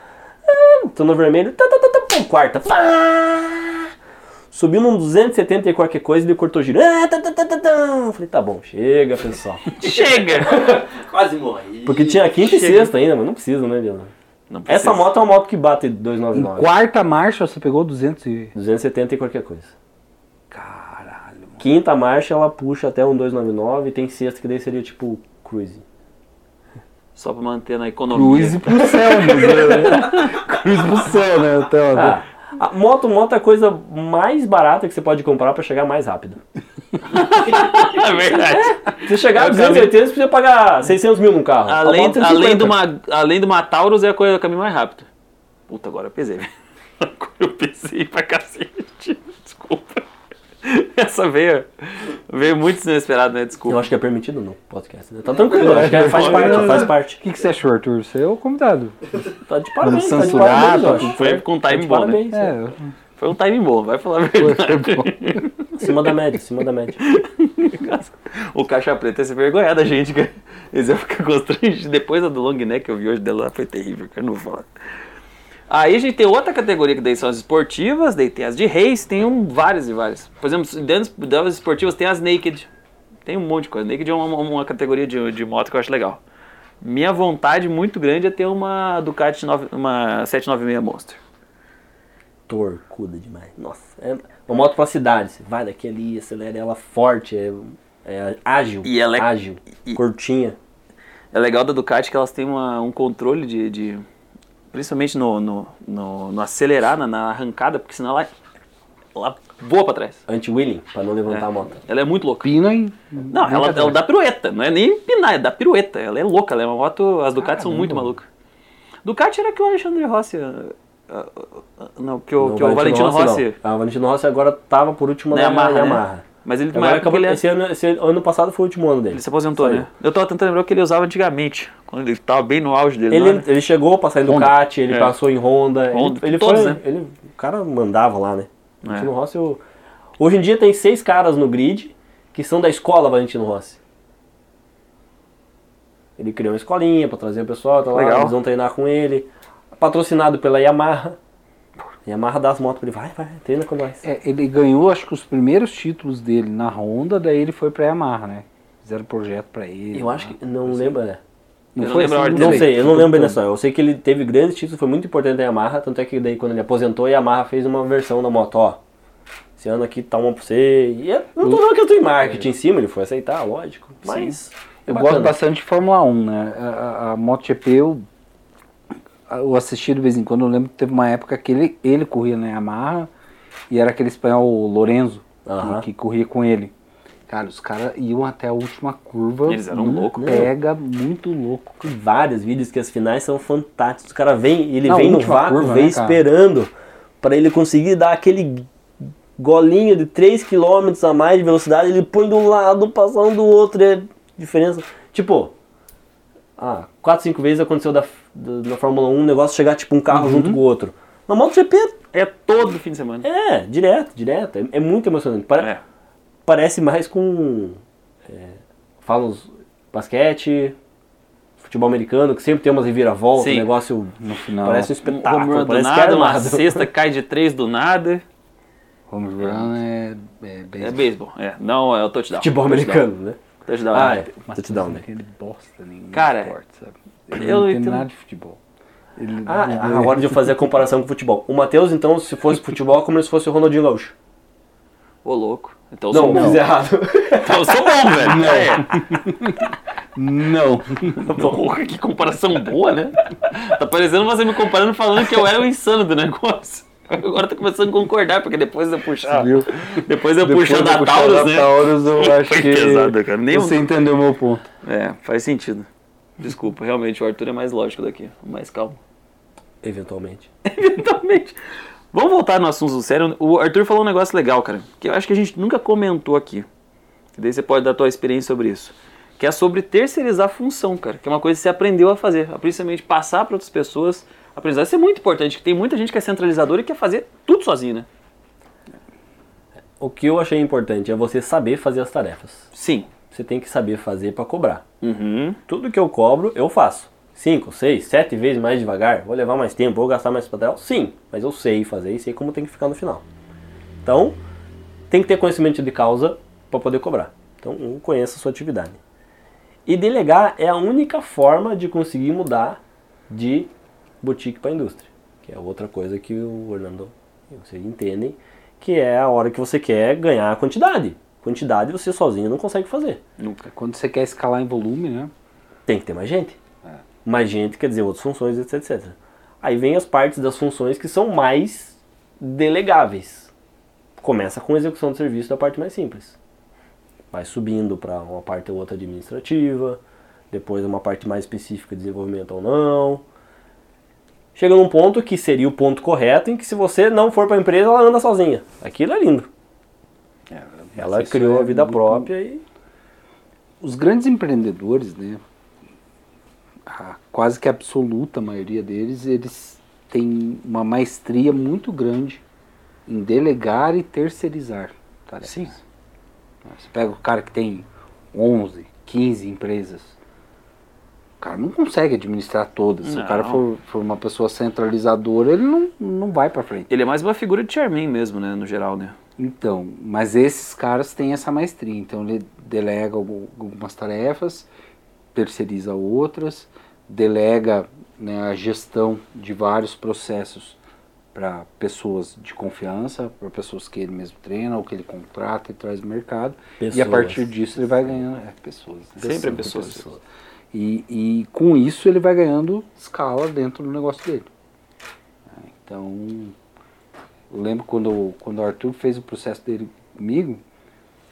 Ah, Tô no vermelho. Tá, tá, tá, tá, pum, quarta. Pá! Subiu num 270 e qualquer coisa, ele cortou o giro. Ah, tá, tá, tá, tá, tá. Falei, tá bom, chega, pessoal. Chega! Quase morri. Porque tinha a quinta e sexta ainda, mas não precisa, né, Diana? Não precisa. Essa moto é uma moto que bate Em 299. quarta marcha você pegou 200 e... 270 e qualquer coisa. Caralho. mano. Quinta marcha ela puxa até um 299 e tem sexta que daí seria tipo cruise. Só pra manter na economia. Cruze pro céu, né? Cruze pro céu, né? Até Ah. lá. A moto, moto é a coisa mais barata que você pode comprar pra chegar mais rápido. É verdade. Se chegar a É o caminho. 280, você precisa pagar 600 mil num carro. A Além, moto é além, 50. de uma, além de uma Taurus, é a coisa do caminho mais rápido. Puta, agora eu pesei. Agora eu pesei pra cacete. Desculpa. Essa veio, veio muito inesperado, né? Eu Desculpa. acho que é permitido no podcast. Né? Tá tranquilo, acho que faz parte, faz O parte. que, que você achou, Arthur? Você é o convidado. Tá de parabéns, tá de censurar, parabéns, eu tá acho. Foi com um Tá time de bom, né? parabéns, É, né? eu- Foi um time bom, vai falar a verdade. Acima da média, acima da média. O caixa preta ia se vergonhar da gente, cara. Eles iam ficar constrangidos. Depois a do long neck que eu vi hoje dela lá foi terrível, cara. Não vou falar. Aí a gente tem outra categoria que daí são as esportivas, daí tem as de reis, tem um, várias e várias. Por exemplo, dentro das esportivas tem as naked. Tem um monte de coisa. Naked é uma, uma categoria de, de moto que eu acho legal. Minha vontade muito grande é ter uma Ducati 9, uma 796 Monster. Torcuda demais. Nossa, é uma moto pra cidade. Você vai daqui ali, acelera ela forte, é, é ágil. E ela é- ágil, e- curtinha. É legal da Ducati que elas têm uma- um controle de. de- principalmente no, no, no- no acelerar, na, na arrancada, porque senão ela, ela voa pra trás. Anti-wheeling, pra não levantar a moto. Ela é muito louca. Pina e... Não, ela, ela dá pirueta, não é nem pinar, é dar pirueta. Ela é louca, ela é uma moto. As Ducati são muito malucas. Ducati era que o Alexandre Rossi. ah, ah, ah, Não, que o, Não, que o Valentino Rossi. não. Ah, o Valentino Rossi agora tava por último Na na Yamaha. Yamaha, né? Yamaha. Mas ele tem uma Agora época que acabou, ele, é. esse, ano, esse ano passado foi o último ano dele. ele se aposentou, Saiu. né? Eu tava tentando lembrar o que ele usava antigamente, quando ele tava bem no auge dele. Ele, não era? ele chegou pra sair do Honda. Ducati, ele É. passou em Honda. Honda, ele, ele todos, foi. né? ele- o cara mandava lá, né? É. Valentino Rossi. eu- hoje em dia tem seis caras no grid que são da escola Valentino Rossi. Ele criou uma escolinha pra trazer o pessoal, tá lá, Legal. eles vão treinar com ele. Patrocinado pela Yamaha. Yamaha dá as motos pra ele, vai, vai, treina com nós. É, ele ganhou, acho que os primeiros títulos dele na Honda, daí ele foi pra Yamaha, né? Fizeram projeto pra ele. Eu acho que. Não lembro, né? Não Eu foi não lembro a assim, ordem Não Sim. sei, eu não lembro bem dessa. Eu sei que ele teve grandes títulos, foi muito importante a Yamaha, tanto é que daí quando ele aposentou, a Yamaha fez uma versão da moto, ó. esse ano aqui tá uma pra você. E é, não tô Hum. falando que eu tô em marketing em cima, ele foi aceitar, lógico. Mas. Eu É bacana. gosto bastante de Fórmula 1, né? A, a- a MotoGP eu, eu assisti de vez em quando. Eu lembro que teve uma época que ele, ele corria na Yamaha e era aquele espanhol o Lorenzo que- Aham. que, corria com ele. Cara, os caras iam até a última curva. Eles eram num loucos, né? Pega muito louco. Tem vários vídeos que as finais são fantásticos. O cara vem, ele Na vem no última vácuo, curva, vem né, cara? esperando pra ele conseguir dar aquele golinho de 3 km a mais de velocidade, ele põe de um lado, passa um do outro, é diferença. Tipo, ah, 4, 5 vezes aconteceu da, da- na Fórmula 1 um negócio chegar tipo um Uhum. carro junto com o outro. Na MotoGP É todo fim de semana. é direto, direto, é, é muito emocionante. Pare- É. Parece mais com é, fala os basquete, futebol americano, que sempre tem umas reviravoltas, um Sim. negócio No final, Parece um Um home espetáculo, run do parece que é nada, uma armado. cesta cai de três do nada. home run é, é bem. É beisebol, é. Não, é o touchdown. Futebol Touchdown. americano, né? Touchdown. Ah, é. é. Touchdown, né? Ele bosta nenhum Cara, esporte, sabe? Ele eu não tem entendo- nada de futebol. Ele- Ah, ele- ah, agora de eu fazer a comparação com o futebol. O Matheus, então, se fosse futebol, é como se fosse o Ronaldinho Gaúcho. Ô, louco. Então eu Não, é- sou bom. fiz errado. Então eu sou bom, velho. É. Não. Porra, que comparação boa, né? Tá parecendo você me comparando falando que eu era o insano do negócio. Agora tá começando a concordar, porque depois eu puxar. Viu? Depois eu Depois puxar eu da puxar Taurus, da né? Taurus, eu acho Foi que pesado, cara. Nem você um- entendeu meu ponto. É, faz sentido. Desculpa, realmente o Arthur é mais lógico daqui, mais calmo. Eventualmente. Eventualmente. Vamos voltar no assunto sério. O Arthur falou um negócio legal, cara, que eu acho que a gente nunca comentou aqui. E daí você pode dar a tua experiência sobre isso. Que é sobre terceirizar a função, cara. Que é uma coisa que você aprendeu a fazer. A principalmente passar para outras pessoas. Aprendizado. Isso é muito importante, que tem muita gente que é centralizadora e quer fazer tudo sozinho, né? O que eu achei importante é você saber fazer as tarefas. Sim. Você tem que saber fazer pra cobrar. Uhum. Tudo que eu cobro, eu faço. 5, 6, 7 vezes mais devagar, vou levar mais tempo, vou gastar mais papel? Sim, mas eu sei fazer e sei como tem que ficar no final. Então, tem que ter conhecimento de causa para poder cobrar. Então, um, conheça a sua atividade. E delegar é a única forma de conseguir mudar de boutique para indústria, que é outra coisa que o Orlando e vocês entendem, que é a hora que você quer ganhar a quantidade. Quantidade você sozinho não consegue fazer. Nunca. Quando você quer escalar em volume, né? Tem que ter mais gente. É. Mais gente quer dizer outras funções, etc, etc. Aí vem as partes das funções que são mais delegáveis. Começa com a execução de serviço da parte mais simples. Vai subindo para uma parte ou outra administrativa, depois uma parte mais específica de desenvolvimento ou não. Chega num ponto que seria o ponto correto em que se você não for para a empresa, ela anda sozinha. Aquilo é lindo. Ela Isso criou é a vida muito- própria e Os grandes empreendedores, né? A quase que absoluta maioria deles, eles têm uma maestria muito grande em delegar e terceirizar tarefas. Né, Sim. Você pega o cara que tem 11, 15 empresas. O cara não consegue administrar todas. Se o cara Não. for, for uma pessoa centralizadora, ele não, não vai pra frente. Ele é mais uma figura de Charmin mesmo, né? No geral, né? Então, mas esses caras têm essa maestria, então ele delega algu- algumas tarefas, terceiriza outras, delega né, a gestão de vários processos para pessoas de confiança, para pessoas que ele mesmo treina ou que ele contrata e traz no mercado, e a Pessoas. partir disso ele vai ganhando é, pessoas. né? Sempre é pessoas. E, e com isso ele vai ganhando escala dentro do negócio dele. Né? Então, eu lembro quando, quando o Arthur fez o processo dele comigo,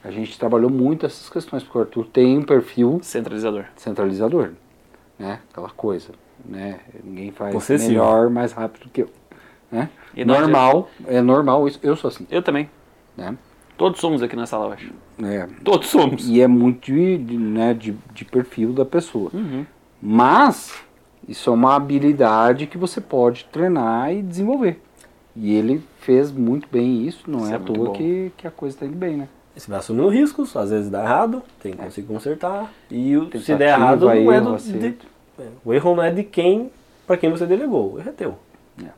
a gente trabalhou muito essas questões, porque o Arthur tem um perfil Centralizador. centralizador, né? Aquela coisa, né? Ninguém faz Possessivo. melhor, mais rápido que eu, né? E não normal, é normal isso. Eu sou assim, Eu também. né? Todos somos aqui na sala, eu acho. É, Todos somos. e é muito de, de, né, de, de perfil da pessoa. Uhum. Mas isso é uma habilidade que você pode treinar e desenvolver. E ele fez muito bem isso, não Isso é, é à muito toa bom. que, que a coisa está indo bem, né? Você vai assumindo riscos, um às vezes dá errado, tem É. que conseguir consertar. E o- se Tentativa, der errado, não é erro, do, de, acerto. é, o erro não é de quem, para quem você delegou, o erro é teu. É.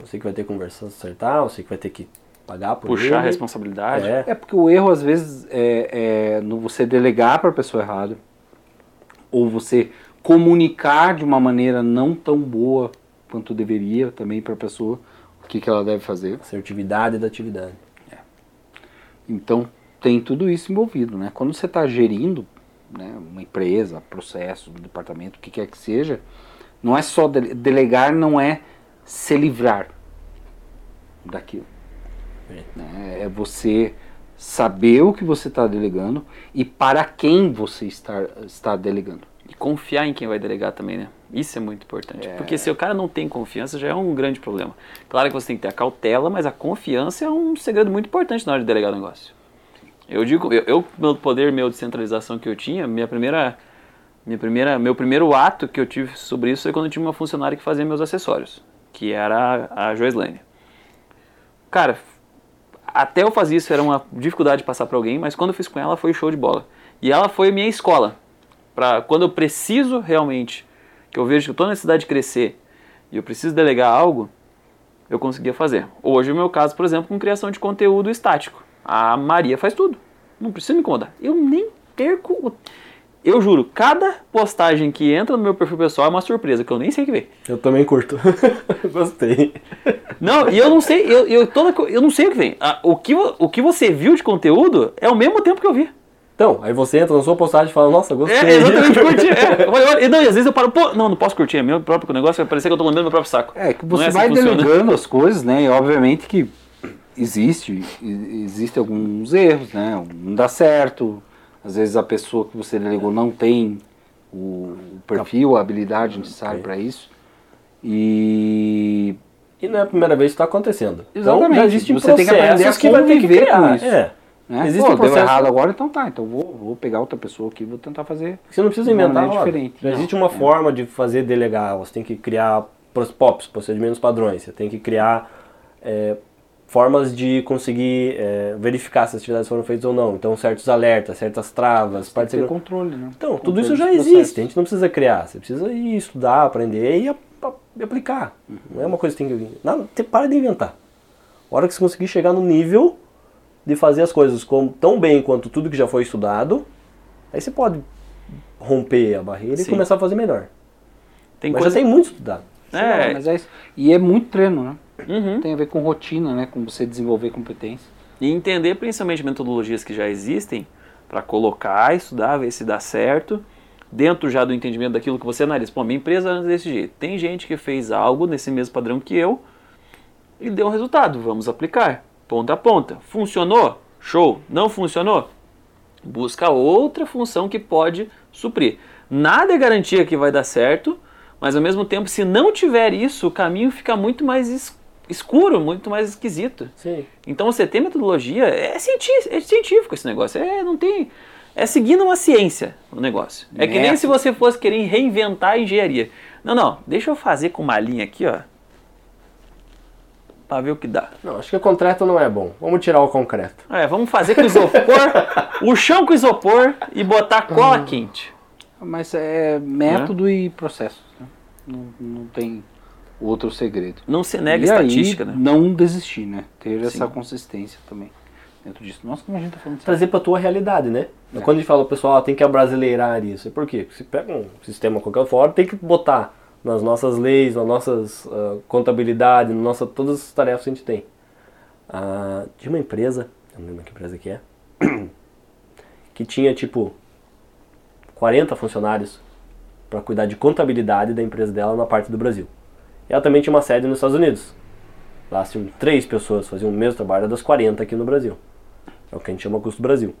Você que vai ter que conversar, acertar, você que vai ter que pagar por Puxar a ele. responsabilidade. É. É porque o erro, às vezes, é, é no você delegar para a pessoa errada, ou você comunicar de uma maneira não tão boa quanto deveria também para a pessoa o que, que ela deve fazer. Assertividade da atividade. Então tem tudo isso envolvido, né? Quando você está gerindo né, uma empresa, processo, um departamento, o que quer que seja, não é só dele- delegar, não é se livrar daquilo. Né? É você saber o que você está delegando e para quem você está, está delegando. E confiar em quem vai delegar também, né? Isso é muito importante. Porque se o cara não tem confiança, já é um grande problema. Claro que você tem que ter a cautela, mas a confiança é um segredo muito importante na hora de delegar o negócio. Eu digo, eu, eu pelo poder meu de centralização que eu tinha, minha primeira, minha primeira, meu primeiro ato que eu tive sobre isso foi quando eu tinha uma funcionária que fazia meus acessórios, que era a, a Joislane. Cara, até eu fazer isso era uma dificuldade de passar para alguém, mas quando eu fiz com ela foi show de bola. E ela foi minha escola. Pra quando eu preciso realmente, que eu vejo que eu estou na cidade de crescer e eu preciso delegar algo, eu conseguia fazer. Hoje, o meu caso, por exemplo, com criação de conteúdo estático. A Maria faz tudo. Não precisa me incomodar. Eu nem perco o. Eu juro, cada postagem que entra no meu perfil pessoal é uma surpresa, que eu nem sei o que ver. Eu também curto. Gostei. Não, e eu não sei, eu, eu, toda, co- eu não sei o que vem. Ah, O que, vo- o que você viu de conteúdo é o mesmo tempo que eu vi. Então, aí você entra na sua postagem e fala, nossa, gostei. É, exatamente, curtir. É. Eu falei, olha, e não, e às vezes eu paro, pô, não, não posso curtir, é meu próprio negócio, vai parecer que eu tô lambendo meu próprio saco. É, que Não você assim vai que funciona. delegando as coisas, né? E obviamente que existe, e- existe alguns erros, né? Não dá certo. Às vezes a pessoa que você delegou não tem o perfil, a habilidade necessária para isso. E E não é a primeira vez que está acontecendo. Exatamente. Então, já existe Você tem que processos aprender a que vai ter que conviver criar. com isso. É. né? Existe Pô, um deu processo. errado agora, então tá. Então vou, vou pegar outra pessoa aqui, vou tentar fazer. Você não precisa De uma inventar maneira roda. é diferente. Não Não. existe uma forma de fazer delegar. Você tem que criar pros- POPs, procedimentos padrões. Você tem que criar é, formas de conseguir é, verificar se as atividades foram feitas ou não. Então, certos alertas, certas travas, Pode partes... ter controle, né? Então, tudo Controle isso já dos existe. A processos. gente não precisa criar. Você precisa ir estudar, aprender e, ap- ap- e aplicar. Não é uma coisa que tem que... Nada, te- para de inventar. A hora que você conseguir chegar no nível de fazer as coisas como- tão bem quanto tudo que já foi estudado, aí você pode romper a barreira e Sim. começar a fazer melhor. Tem Mas coisa. já tem muito estudado. Não, É, mas é isso. E é muito treino, né? uhum. Tem a ver com rotina, né? Com você desenvolver competência. E entender principalmente metodologias que já existem para colocar, estudar, ver se dá certo, dentro já do entendimento daquilo que você analisa. Pô, minha empresa anda desse jeito. Tem gente que fez algo nesse mesmo padrão que eu e deu um resultado. Vamos aplicar, ponta a ponta. Funcionou? Show. Não funcionou? Busca outra função que pode suprir. Nada é garantia que vai dar certo, mas ao mesmo tempo, se não tiver isso, o caminho fica muito mais es- escuro, muito mais esquisito. Sim. Então você tem metodologia, é científico, é científico esse negócio. É, não tem. É seguindo uma ciência o negócio. É que nem Método. se você fosse querer reinventar a engenharia. Não, não, deixa eu fazer com uma linha aqui, ó. Pra ver o que dá. Não, acho que o concreto não é bom. Vamos tirar o concreto. É, vamos fazer com isopor, o chão com isopor e botar Tá. cola quente. Mas é método e processo. né? Não, não tem outro segredo. Não se nega e estatística, aí, né? não desistir, né? Ter essa Sim. consistência também dentro disso. Nossa, como a gente tá falando disso. Trazer pra tua realidade, né? Quando a gente fala, pessoal, tem que abrasileirar isso. E por quê? Porque você pega um sistema qualquer fora, tem que botar nas nossas leis, nas nossas ah, contabilidade, nas nossas, todas as tarefas que a gente tem. Ah, tinha uma empresa, eu não lembro que empresa que é, que tinha tipo 40 funcionários para cuidar de contabilidade da empresa dela na parte do Brasil. E ela também tinha uma sede nos Estados Unidos. Lá tinham três pessoas faziam o mesmo trabalho das 40 aqui no Brasil. É o que a gente chama custo Brasil.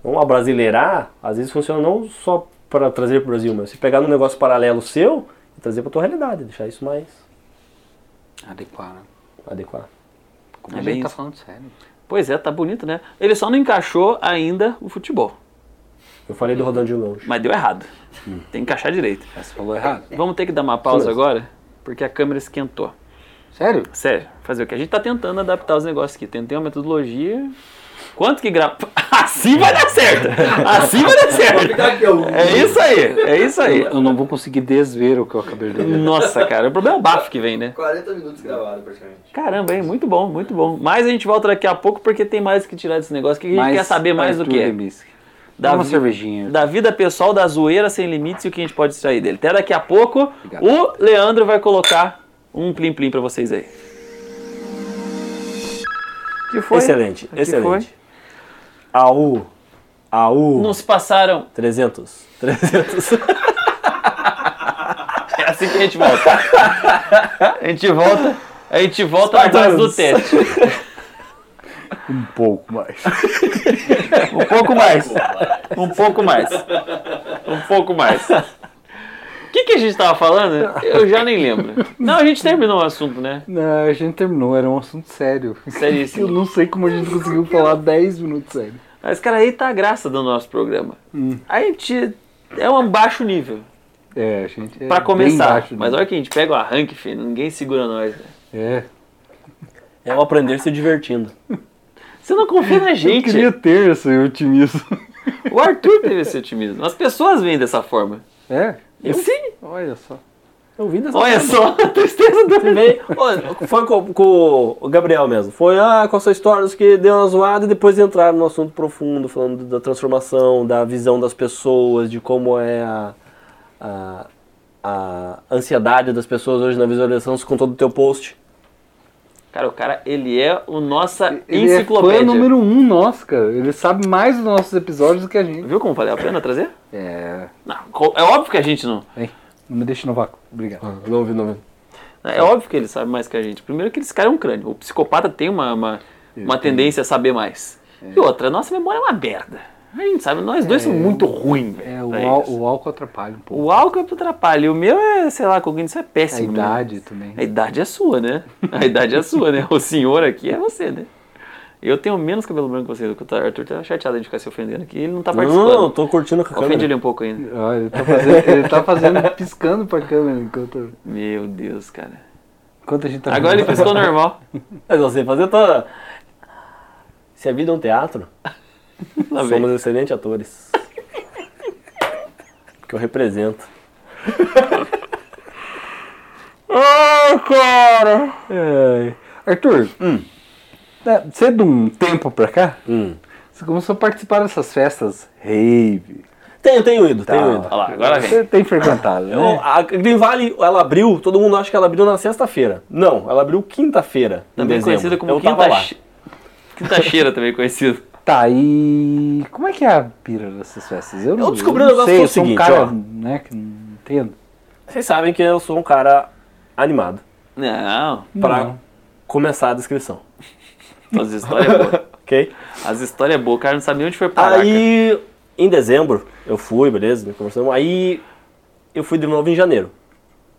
Então, a brasileirar, às vezes funciona não só para trazer para o Brasil, mas se pegar num negócio paralelo seu e trazer para tua realidade, deixar isso mais Adequar, né? adequado. Como É a bem gente tá isso. falando sério. Pois é, tá bonito, né? Ele só não encaixou ainda o futebol. Eu falei do rodão de longe. Mas deu errado. Hum. Tem que encaixar direito. Mas Você falou errado. Vamos ter que dar uma pausa mesmo. agora, porque a câmera esquentou. Sério? Sério, fazer o que? A gente tá tentando adaptar os negócios aqui. Tentei uma metodologia. Quanto que grava. Assim vai dar certo! Assim vai dar certo! Fica aqui, ó. É isso aí, é isso aí. Eu não vou conseguir desver o que eu acabei de ler. Nossa, cara, o problema é o bafo que vem, né? 40 minutos gravado praticamente. Caramba, hein? Muito bom, muito bom. Mas a gente volta daqui a pouco porque tem mais que tirar desse negócio. Que a gente quer saber mais do que é. Dá uma vi- cervejinha. Da vida pessoal, da zoeira sem limites e o que a gente pode extrair dele. Até daqui a pouco, Obrigado. o Leandro vai colocar um plim-plim pra vocês aí. Que foi? Excelente, Que excelente. foi? AU. AU. Não se passaram. 300. 300. É assim que a gente volta. A gente volta. A gente volta atrás do Spartans. teste. Um pouco mais. Um pouco mais. Um pouco mais. Um pouco mais. O que, que a gente tava falando? Eu já nem lembro. Não, a gente terminou o assunto, né? Não, a gente terminou, era um assunto sério. Eu Seríssimo. não sei como a gente conseguiu falar 10 minutos sério. Mas, cara, aí tá a graça do nosso programa. Hum. A gente é um baixo nível, É, a gente é pra bem começar. baixo, né? Mas olha que a gente pega o arranque, filho, ninguém segura nós. né? É. É o aprender se divertindo. Você não confia na Eu gente. queria ter esse otimismo. O Arthur teve esse otimismo. As pessoas veem dessa forma. É? Eu sim. Olha só. Eu vim dessa Olha só a tristeza dele. Veio- Ô, foi com, com o Gabriel mesmo. Foi ah, com a sua história isso que deu uma zoada e depois entraram no assunto profundo, falando da transformação, da visão das pessoas, de como é a, a, a ansiedade das pessoas hoje na visualização com todo o teu post. Cara, o cara, ele é o nossa Ele é enciclopédia. fã número um nosso, cara. Ele sabe mais dos nossos episódios do que a gente. Viu como valeu a pena trazer? É. Não, co- é óbvio que a gente não. Vem, não me deixe no vácuo. Obrigado. Ah, Não ouvi, não ouvi. É óbvio que ele sabe mais que a gente. Primeiro que esse cara é um crânio. O psicopata tem uma, uma, uma tendência a saber mais. E outra, nossa memória é uma merda. A gente sabe, nós dois somos muito ruins, velho. É, o, pra ál- isso. o álcool atrapalha um pouco. o álcool é pro atrapalho. E o meu é, sei lá, com isso é A péssimo. né? idade também. A idade é sua, né? A idade é sua, né? O senhor aqui é você, né? Eu tenho menos cabelo branco que você. O Arthur tá chateado de ficar se ofendendo aqui. Ele não tá participando. Não, eu tô curtindo com a Ofende ele câmera. um pouco ainda. Ó, ele, tá fazendo, ele tá fazendo piscando pra câmera enquanto, Meu Deus, cara. enquanto a gente tá Agora ele piscou normal. Mas eu sei fazer toda. Se a vida é um teatro, Lá vem. somos excelentes atores. que eu represento. Ah, cara! É. Arthur, né, você de um tempo pra cá, Hum. você começou a participar dessas festas rave. Tenho, tenho ido, tenho ido. tal. Olha lá, agora vem. Você tem frequentado, né? É. Eu, Então, a Green Valley, ela abriu, todo mundo acha que ela abriu na sexta-feira. Não, ela abriu quinta-feira. em Também dezembro. conhecida como Eu tava lá. quinta-cheira. Quinta-cheira também conhecido. Tá, e como é que é a pira dessas festas? não- Eu descobri não um negócio sei, que é o eu sou um seguinte, cara, ó. né, que não entendo. Vocês sabem que eu sou um cara animado. Não, Pra começar a descrição, as histórias é boa. ok? As histórias é boa, o cara não sabe nem onde foi parar. cara. Aí, em dezembro, eu fui, beleza, me conversamos. Aí, eu fui de novo em janeiro.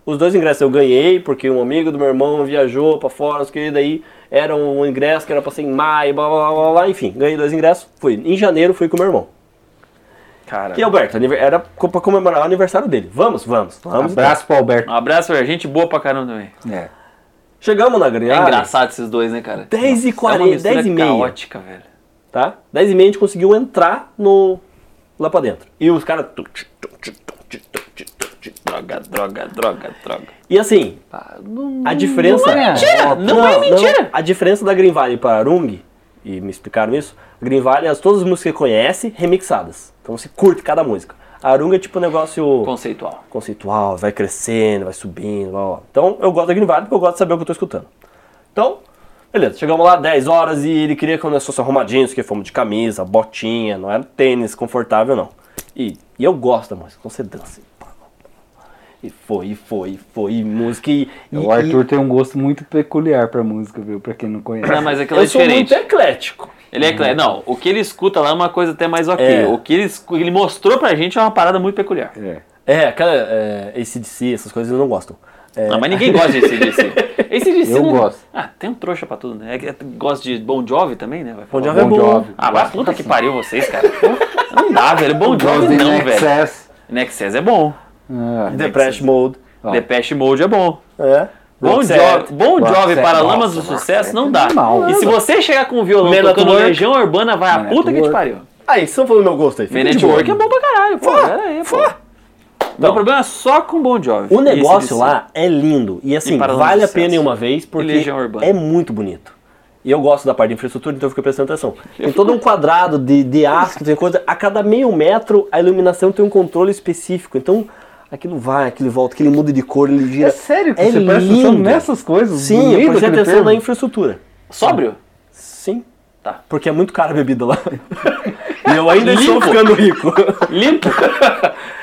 Os dois ingressos eu ganhei, porque um amigo do meu irmão viajou pra fora, que daí era um ingresso que era pra ser em maio, blá, blá, blá, blá, blá, enfim. Ganhei dois ingressos, fui. Em janeiro, fui com meu irmão. Cara. E Alberto, aniver- era co- pra comemorar o aniversário dele. Vamos, vamos, vamos. Abraço pro Alberto. Um abraço, velho. gente boa pra caramba também. É. Chegamos na É Granhada. engraçado esses dois, né, cara? 10 e É uma 40, mistura 10 e meia. caótica, velho. Tá? 10 e meia a gente conseguiu entrar no... lá pra dentro. E os caras... tu, tch, tu, tch, tu, tch, tu, tch, tu, tch, tu. Droga, droga, droga, droga. E assim, a diferença... não é mentira, Ah, não é mentira. a diferença da Green Valley pra Arung, e me explicaram isso, a Green Valley é as- todas as músicas que você conhece remixadas. Então você curte cada música. A Arung é tipo um negócio... Conceitual. conceitual, vai crescendo, vai subindo, blá, blá. Então, eu gosto da Green Valley porque eu gosto de saber o que eu tô escutando. Então, beleza, chegamos lá 10 horas e ele queria que nós fosse arrumadinhos, porque fomos de camisa, botinha, não era tênis confortável, não. E, e eu gosto da música, então você dança. e pá, pá, pá. E foi, e foi, e foi, e música e... e- O Arthur tem um gosto muito peculiar pra música, viu? Pra quem não conhece. Não, mas e- aquilo é eu sou diferente. muito eclético. Ele é eclé- Não, o que ele escuta lá é uma coisa até mais ok. É. O que ele, escu- ele mostrou pra gente é uma parada muito peculiar. É. É, cara, é, ACDC, essas coisas eu não gosto. É, Não, Ah, mas ninguém gosta de ACDC. ACDC Eu não... gosto. Ah, tem um trouxa pra tudo, né? É que- Gosta de Bon Jovi também, né? Vai Bon falar. Jovi é Bon bom. Jovi. Ah, vai puta que pariu vocês, cara. Não dá, velho. Bon Gosto Jovi de não, In velho. Excess. Nexus é bom. Ah, Depression Mode. Ah. Depeche Mode é bom. É. Bom Roxette. Jovi, bom Jovi Roxette, para nossa, Lamas do Sucesso não dá. é mal. E se você chegar com o violão Men at tocando Work. Legião Urbana, vai a Men at puta que te Work. pariu. Aí, vocês estão falando do meu gosto aí. Men fica de at boa. Work é bom pra caralho, pô. Fá, Pera aí, pô. fá. Meu problema é só com Bon Jovi. O E negócio AC/DC. lá é lindo. E assim, E para lá vale no a pena sucesso. ir uma vez, porque Legião Urbana. é muito bonito. E eu gosto da parte de infraestrutura, então eu fico prestando atenção. Tem todo um quadrado de, de aço, tem coisa. A cada meio metro, a iluminação tem um controle específico. Então, aquilo vai, aquilo volta, aquele muda de cor, ele gira. É sério que É você presta atenção lindo. nessas coisas? Sim, eu prestei atenção na infância. infraestrutura. Sóbrio? Sim. Tá. Porque é muito cara a bebida lá. e eu ainda estou Limpo. ficando rico. Limpo?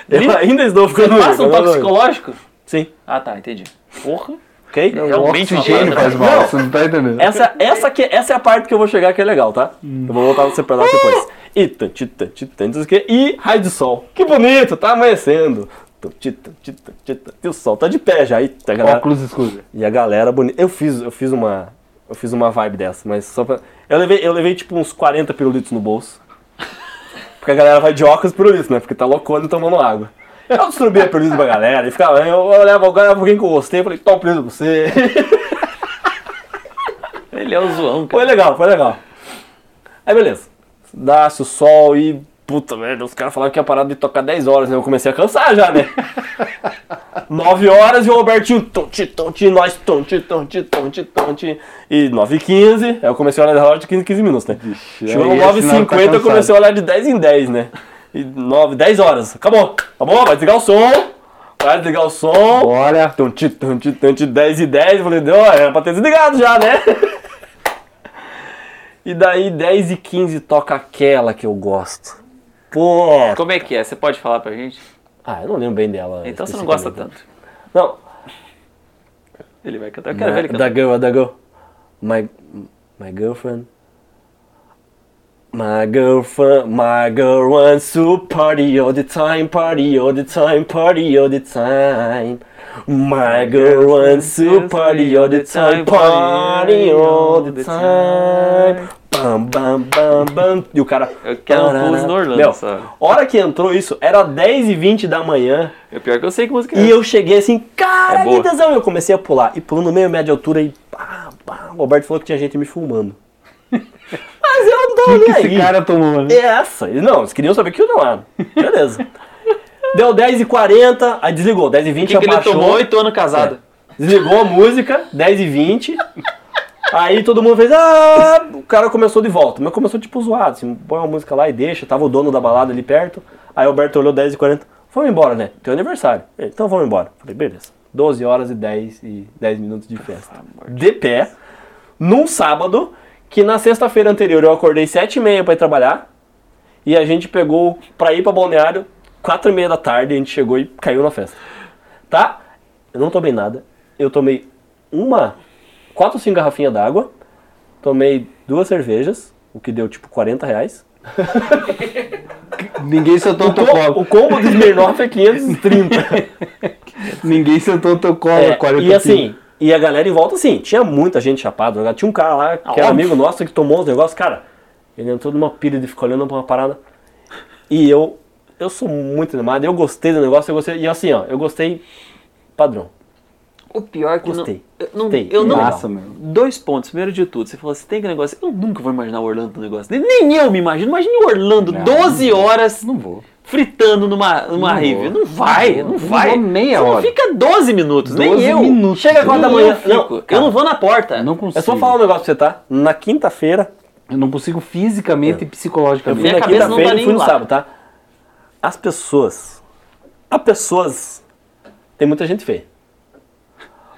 Eu Limpo. ainda estou Você ficando rico. passa um não, toque não. psicológico? Sim. Ah, tá, entendi. Porra. Ok? É Então, um Realmente uma Gênio parada- faz mal, você não tá entendendo. Essa, essa, aqui, essa é a parte que eu vou chegar que é legal, tá? Eu vou voltar pra você pra lá depois. E tan, ti, tan, ti, tan, não sei o quê. E raio de sol. Que bonito, tá amanhecendo. Tu, ti, tan, ti, tan, ti, tan. E o sol tá de pé já. Eita, galera. Óculos escuros. E a galera bonita. Eu fiz, eu fiz uma. Eu fiz uma vibe dessa, mas só pra. Eu levei, eu levei tipo uns 40 pirulitos no bolso. Porque a galera vai de óculos e pirulito, né? Porque tá loucona e tomando água. Eu distribuía pirulito pra galera e ficava. Eu olhava, eu olhava alguém que eu gostei, eu falei, toma um pirulito pra você. Ele é o zoão, cara. Foi legal, foi legal. Aí beleza. Dá-se o sol e. Puta merda, os caras falaram que ia parar de tocar 10 horas, né? Eu comecei a cansar já, né? 9 horas e o Robertinho. Tonti, tonti, nós, tonti, tonti, tonti, tonti. E 9 e 15. Aí eu comecei a olhar de relógio de 15 em 15 minutos, né? Chegou aí é 9 e sinal que tá 50 eu cansado. comecei a olhar de 10 em 10, né? E 9, 10 horas. Acabou. Tá bom? Vai desligar o som. Vai desligar o som. Bora. Tonti, tonti, tonti, 10 e 10. Eu falei, ó, era pra ter desligado já, né? E daí 10 e 15 toca aquela que eu gosto. Pô! Como é que é? Você pode falar pra gente? Ah, eu não lembro bem dela. Então você não gosta especificamente. tanto. Não. Ele vai né? cantar. Eu quero ver ele Da, cantar. da girl, da girl. My, my girlfriend. My girlfriend, my girl wants to party all the time, party all the time, party all the time. My girl wants to party all the time, party all the time. Bam, bam, bam, bam. E o cara. Eu quero um blues no Orlando, Meu, sabe? hora que entrou isso, era 10h20 da manhã. É pior que eu sei que música é. E eu cheguei assim, cara, É boa. que tesão! Eu comecei a pular. E pulando meio média altura e pá, pá. O Roberto falou que tinha gente me filmando. Mas eu não tô O que nem esse aí. É cara tomou, né? Essa. Eles- Não, eles queriam saber que eu não era. Beleza. Deu 10h40, aí desligou. 10h20 que, que ele abaixou. tomou oito É. anos casado? Desligou a música, 10h20. Aí todo mundo fez, ah, o cara começou de volta. Mas começou tipo zoado, assim, põe uma música lá e deixa. Tava o dono da balada ali perto. Aí o Alberto olhou 10h40, vamos embora, né? Teu aniversário. Ele, Então vamos embora. Falei, beleza. 12 horas e 10, e 10 minutos de festa. De pé, num sábado, que na sexta-feira anterior eu acordei 7h30 pra ir trabalhar. E a gente pegou pra ir pra Balneário, 4h30 da tarde, a gente chegou e caiu na festa. Tá? Eu não tomei nada. Eu tomei uma, quatro ou cinco garrafinhas d'água. Tomei duas cervejas, o que deu tipo 40 reais. Ninguém sentou o O, teu co- o copo. combo de Smirnoff é 530. Ninguém sentou o teu É, copo. 40 e assim, e a galera em volta, assim, tinha muita gente chapada. drogada. Tinha um cara lá, que era óbvio. amigo nosso, que tomou os negócios. Cara, ele entrou numa pilha de ficar olhando pra uma parada. E eu, eu sou muito animado. Eu gostei do negócio, eu gostei. E assim, ó, eu gostei padrão. O pior é que Gostei. não. Eu não, Gostei. eu não- Massa, meu. Dois pontos. Primeiro de tudo, você falou assim: tem que negócio. Eu nunca vou imaginar o Orlando no negócio. Nem- Nem eu me imagino. Imagina o Orlando Não, 12 horas Não vou. fritando numa, numa Não rave. vou. Não vai, Não não, vou. Não vai. vou meia Você não hora. fica 12 minutos, nem 12 eu. minutos. né? Chega agora da Nem manhã. eu Eu, fico, não, eu cara. não vou na porta. Eu não consigo. É só falar um negócio pra você, tá? Na quinta-feira, Eu não consigo fisicamente e Eu psicologicamente. fui Minha na cabeça não tá quinta-feira e nem fui no lá. sábado, tá? As pessoas. As pessoas. Tem muita gente feia.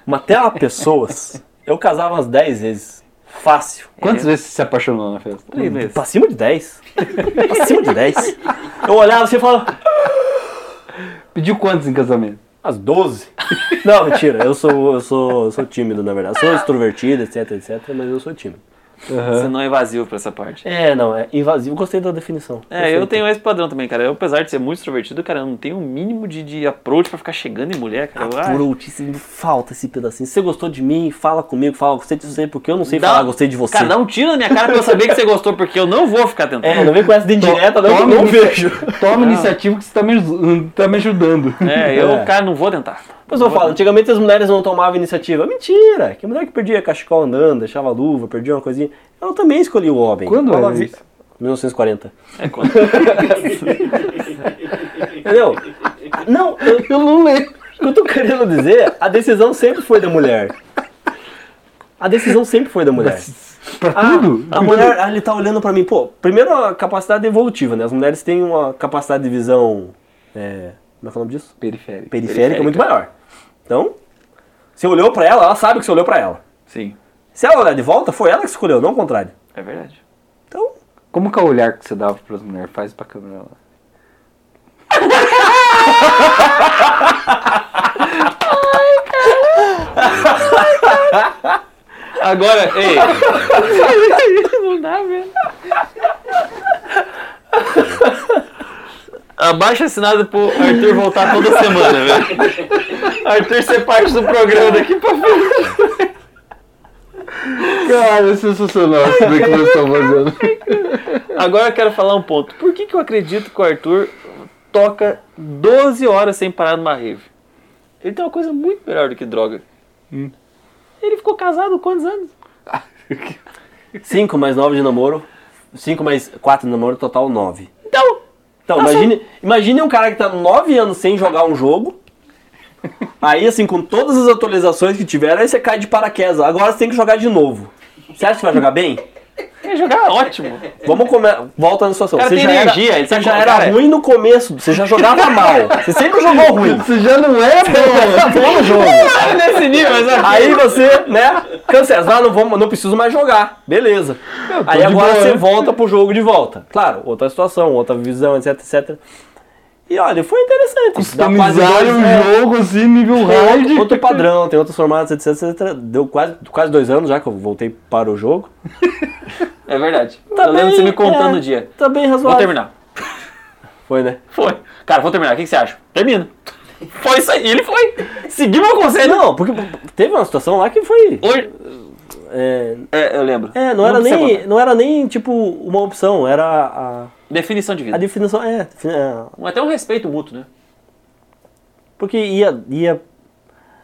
Mas até as pessoas. eu casava umas 10 vezes. Fácil. Quantas vezes você se apaixonou na festa? Três vezes. Pra cima de 10. Pra cima de 10. Eu olhava assim e falava. Pediu quantos em casamento? As 12? Não, mentira. Eu sou, eu sou, eu sou tímido, na verdade. Sou extrovertido, etc, etc. Mas eu sou tímido. Você não é invasivo pra essa parte. É, não, é invasivo. Gostei da definição. É, eu Perfeito. tenho esse padrão também, cara. Eu, apesar de ser muito extrovertido, cara, eu não tenho o mínimo de, de approach pra ficar chegando em mulher, cara. Eu, ah, Por ultíssimo, falta esse pedacinho. Se você gostou de mim, fala comigo, fala gostei de você, porque eu não sei dá- falar gostei de você. Cara, dá um tiro na minha cara pra eu saber que você gostou, porque eu não vou ficar tentando. É, não vem com essa de indireta, não, que eu Toma um não inicia- vejo. Toma iniciativa que você tá me, aj- tá me ajudando. É, eu, É. cara, não vou tentar. Pois eu falo, antigamente as mulheres não tomavam iniciativa. Mentira! Que mulher que perdia cachecol andando, deixava luva, perdia uma coisinha. Ela também escolhi o homem. Quando ela era vi- isso? 1940. É quando? Entendeu? Não, eu, eu não lembro. O que eu tô querendo dizer, a decisão sempre foi da mulher. A decisão sempre foi da mulher. Pra Ah, É tudo? A mulher, ah, ele tá olhando pra mim, pô, primeiro a capacidade evolutiva, né? As mulheres têm uma capacidade de visão. É, como é que é o nome disso? Ah. Periférico. é Periférica, muito maior. Então, você olhou pra ela, ela sabe que você olhou pra ela. Sim. Se ela olhar de volta, foi ela que escolheu, não o contrário. É verdade. Então, Como que é o olhar que você dava pras mulheres? Faz pra câmera lá. Agora, ei. Não dá, velho. Abaixo assinado pro Arthur voltar toda semana, velho. Arthur ser parte do programa daqui pra frente. Cara, é sensacional isso daí que vocês estão fazendo. Agora eu quero falar um ponto. Por que, que eu acredito que o Arthur toca 12 horas sem parar numa rave? Ele tem uma coisa muito melhor do que droga. Hum. Ele ficou casado quantos anos? 5 mais 9 de namoro, 5 mais 4 de namoro, total 9. Então, Então, Tá imagine, imagine um cara que tá 9 anos sem jogar um jogo. Aí, assim, com todas as atualizações que tiveram, aí você cai de paraquedas. Agora você tem que jogar de novo. Você acha que vai jogar bem? quer jogar tá ótimo. Vamos come... Volta na situação. cara Você tem já energia, era, ele você sabe já como- é. era cara, ruim no começo. Você já jogava mal. Você sempre jogou ruim. Você já não é bom. Bom no jogo. Nesse nível, mas Aí você, né, cancela, ah, não, vou, não preciso mais jogar. Beleza. Aí de agora boa, você né? volta pro jogo de volta. Claro, outra situação, outra visão, etc, etc. E olha, foi interessante. Dá quase Customizaram dois- um é, jogo assim, nível tem outro, hard. outro padrão, tem outros formatos, etc, etc. Deu quase, quase dois anos já que eu voltei para o jogo. É verdade. Tá eu lembro bem, você me contando o é, dia. Tá bem Vou razoável. terminar. Foi, né? Foi. Cara, vou terminar. O que que você acha? Termino. Foi isso aí. Ele foi. Seguiu meu conselho. Não, porque teve uma situação lá que foi. Hoje... É, É, eu lembro. é, não, era precisa nem, contar. não era nem tipo uma opção, era Definição de a, a vida. definição. É, defini- é, Até um respeito mútuo, né? Porque ia, ia.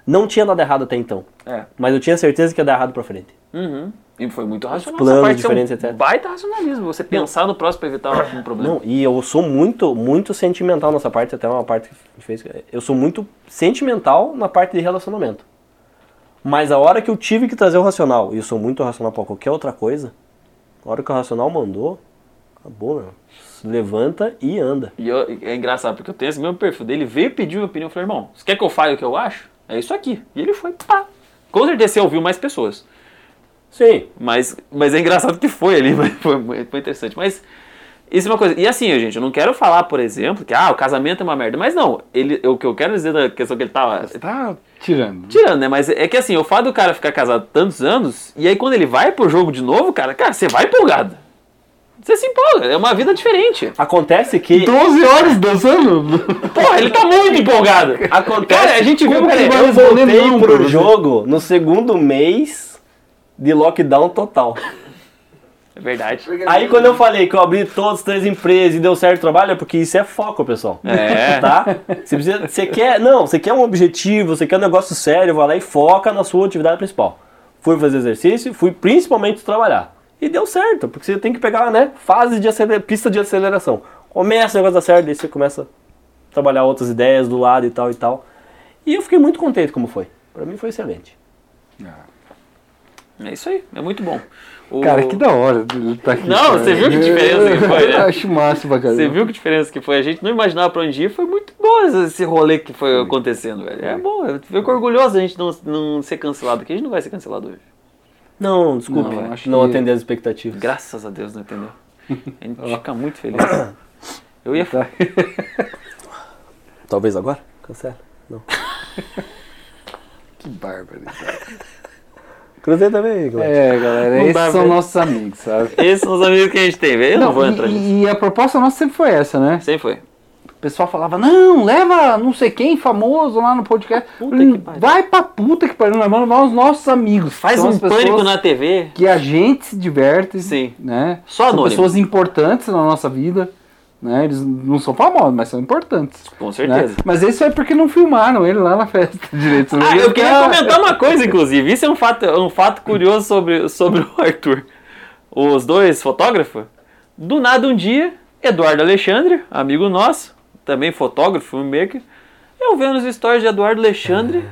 Não tinha dado errado até então. É. Mas eu tinha certeza que ia dar errado pra frente. Uhum. E foi muito racional. Planos Essa parte é um diferentes, etc. Baita racionalismo. Você pensar no próximo pra evitar um problema. Não, e eu sou muito, muito sentimental nessa parte, até uma parte que fez. Eu sou muito sentimental na parte de relacionamento. Mas a hora que eu tive que trazer o racional, e eu sou muito racional pra qualquer outra coisa, a hora que o racional mandou, acabou, meu. Levanta e anda. E eu- é engraçado, porque eu tenho esse mesmo perfil dele. Veio pedir minha opinião. Eu falei, irmão, você quer que eu fale o que eu acho? É isso aqui. E ele foi, pá. Com certeza você ouviu mais pessoas. Sim. Mas, mas é engraçado que foi ali, mas foi, mu- foi interessante. Mas isso é uma coisa. E assim, gente, eu não quero falar, por exemplo, que ah, o casamento é uma merda. Mas não, ele, o que eu quero dizer da questão que ele tava Tá tirando. tirando, né? Mas é que assim, o fato do cara ficar casado tantos anos, e aí quando ele vai pro jogo de novo, cara, cara, você vai empolgado. Você se empolga, é uma vida diferente. Acontece que. 12 horas dançando? Porra, ele tá muito empolgado. Acontece. Cara, a gente viu, Como que peraí, ele vai eu voltei responder não, pro Bruno? jogo no segundo mês de lockdown total. É verdade. Aí quando eu falei que eu abri todas as três empresas e deu certo o trabalho, é porque isso é foco, pessoal. É. Tá? Você, precisa- você quer. Não, você quer um objetivo, você quer um negócio sério, vai lá e foca na sua atividade principal. Fui fazer exercício, fui principalmente trabalhar. E deu certo, porque você tem que pegar, né? Fase de acelera, pista de aceleração. Começa o negócio da certo, daí você começa a trabalhar outras ideias do lado e tal e tal. E eu fiquei muito contente como foi. Pra mim foi excelente. Ah. É isso aí, é muito bom. O- Cara, que da hora ele tá aqui. Não, cara. você viu que diferença que foi, né? Eu acho massa pra caramba. Você viu que diferença que foi? A gente não imaginava pra onde ir, foi muito bom esse- esse rolê que foi acontecendo, velho. É bom, eu fico orgulhoso a gente não, não ser cancelado, porque a gente não vai ser cancelado hoje. Não, desculpe, Não, não, acho que- atender as expectativas. Graças a Deus, não entendeu? A gente fica muito feliz. Então. Eu ia Tá. Talvez agora? Cancela. Não. Que bárbaro. Cruzei também, Glenn. É, galera, Não esses dá, são velho. nossos amigos, sabe? Esses são os amigos que a gente tem, velho. Eu não, vou e- entrar nisso. e, a proposta nossa sempre foi essa, né? Sempre foi. O pessoal falava, não, leva não sei quem famoso lá no podcast. Puta Eu falei, que pariu. vai pra puta que pariu, nós vamos levar os nossos amigos. Faz São um as pessoas pânico na TV. Que a gente se diverte, Sim. né? Só são anônimo. pessoas importantes na nossa vida, né? Eles não são famosos, mas são importantes. Com né? certeza. Mas isso é porque não filmaram ele lá na festa direito. senão Ah, ele eu queria tá- comentar uma coisa, inclusive. Isso é um fato, é um fato curioso sobre, sobre o Arthur. Os dois fotógrafos, do nada um dia, Eduardo Alexandre, amigo nosso, também fotógrafo, filmmaker, eu vendo os stories de Eduardo Alexandre.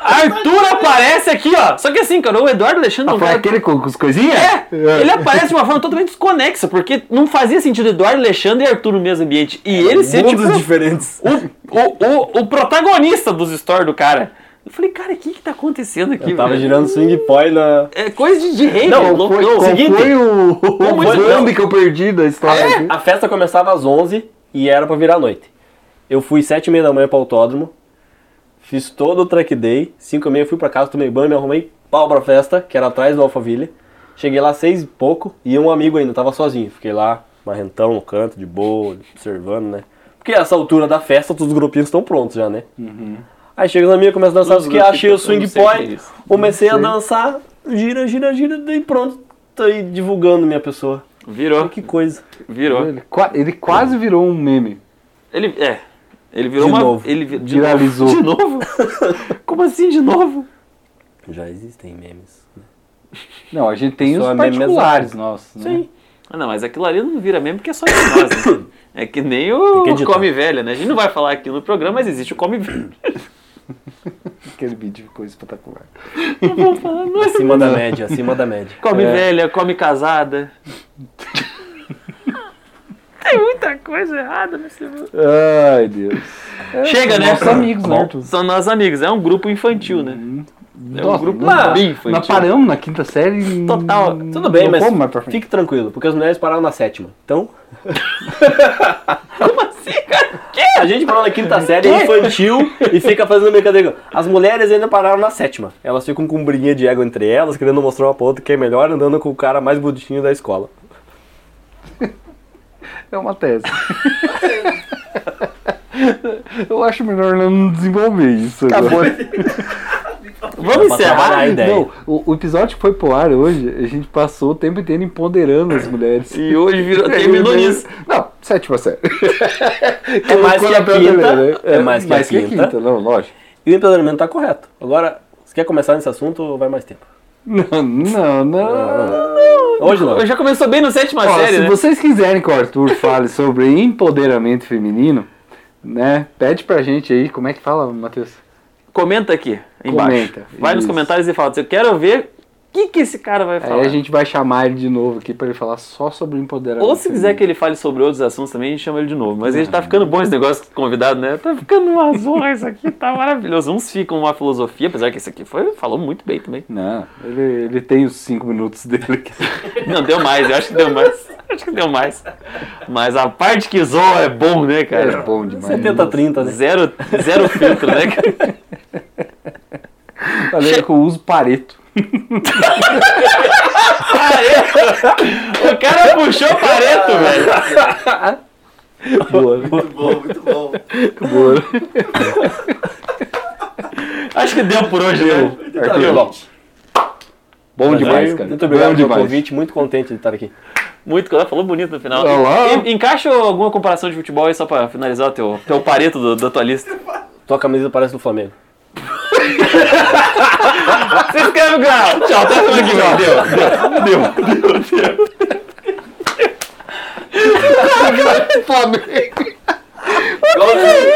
Arthur aparece aqui, ó. Só que assim, cara, o Eduardo Alexandre Ah, não foi vai. aquele com, com as coisinhas? É! Ele aparece de uma forma totalmente desconexa, porque não fazia sentido Eduardo Alexandre e Arthur no mesmo um ambiente. E ele ser tipo Mundos diferentes. o, o, o, o protagonista dos stories do cara. Eu falei, cara, o que que tá acontecendo aqui, Eu tava velho? girando swing poi na. É coisa de, de rei, Não, velho. foi- louco, louco. foi- seguinte, foi o, o foi- bambi que eu perdi da É? história assim? aqui? Ah, A festa começava às 11 e era pra virar à noite. Eu fui 7 e meia da manhã pro autódromo, fiz todo o track day, 5 e meia fui pra casa, tomei banho, me arrumei, pau pra festa, que era atrás do Alphaville. Cheguei lá seis e pouco e um amigo ainda, tava sozinho. Fiquei lá, marrentão no canto, de boa, observando, né? Porque essa altura da festa, todos os grupinhos estão prontos já, né? Aí chega os amigos, começa a dançar, Uhum. Todos os que achei grupinhos, o eu swing não sei o que é point, isso. comecei a dançar, gira, gira, gira, daí pronto, tô aí divulgando minha pessoa. Virou, Que coisa. virou. Ele, qua- ele quase virou um meme. Ele, é, ele virou De uma... novo. Ele vi- de Viralizou. Novo. De novo? Como assim de novo? Já existem memes. Não, a gente tem Só os meme mesmo. particulares nossos, né? Sim. Ah, não, mas aquilo ali não vira mesmo porque é só de nós, né? É que nem o Tem que editar. Come Velho, né? A gente não vai falar aqui no programa, mas existe o Come Velho. Aquele vídeo ficou espetacular. Não vou falar, não. Acima da média, acima da média. Come É. velha, come casada. Tem muita coisa errada nesse mundo. Ai, Deus. Chega, né? É, Nossos amigos, né, Bom. Arthur? São nossos amigos, é um grupo infantil, Hum, né? É um Nossa, grupo mas- bem infantil. Nós paramos na quinta série e Total, não- Tudo bem, não mas fomos mais pra frente. fique tranquilo, porque as mulheres pararam na sétima. Então, Como assim, cara? Que? a gente parou na quinta série é infantil e fica fazendo brincadeira. As mulheres ainda pararam na sétima. Elas ficam com briga de ego entre elas, querendo mostrar uma pra outra que é melhor, andando com o cara mais bonitinho da escola. É uma tese. Eu acho melhor não desenvolver isso. Tá Acabou. agora. Vamos Dá pra trabalhar encerrar? ainda. ideia. Não, o, o episódio que foi pro ar hoje, a gente passou o tempo inteiro empoderando as mulheres. E hoje virou, terminou nisso. Não, sétima série. É mais que a né? quinta. É mais que a quinta, quinta. não, lógico. E o empoderamento tá correto. Agora, você quer começar nesse assunto ou vai mais tempo? Não, não, não. Hoje não. Já começou bem no sétima Ó, série, se né? vocês quiserem que o Arthur fale sobre empoderamento feminino, né? Pede pra gente aí, como é que fala, Matheus? Comenta aqui, embaixo. Comenta, Vai nos isso. comentários e fala, eu quero ver o que, que esse cara vai falar. Aí a gente vai chamar ele de novo aqui pra ele falar só sobre empoderamento. Ou se quiser feminino. que ele fale sobre outros assuntos também, a gente chama ele de novo. Mas a gente É. tá ficando bom esse negócio com convidado, né? Tá ficando uma zorra isso aqui, tá maravilhoso. Uns ficam uma filosofia, apesar que esse aqui foi, falou muito bem também. Não, ele, ele tem os cinco minutos dele aqui. Não, deu mais, eu acho que deu mais. Acho que deu mais. Mas a parte que zoa é bom, né, É cara? bom demais. 70 30, né? Zero, zero filtro, né, cara? Falei é que eu uso pareto. Pareto! O cara puxou o pareto, velho. Boa, Muito bom, muito bom. boa. Acho que deu por hoje, né? Arthur, Bom. Bom demais, cara. Muito obrigado bom pelo demais. convite, muito contente de estar aqui. Muito, ela falou bonito no final. Olá. E- Encaixa alguma comparação de futebol aí só pra finalizar o teu, teu pareto do- da tua lista. Tua camisa parece do Flamengo. Se inscreve no Ah, canal. Tchau, até semana que vem. Deu, deu, deu, deu, deu. Flamengo. Igualzinho.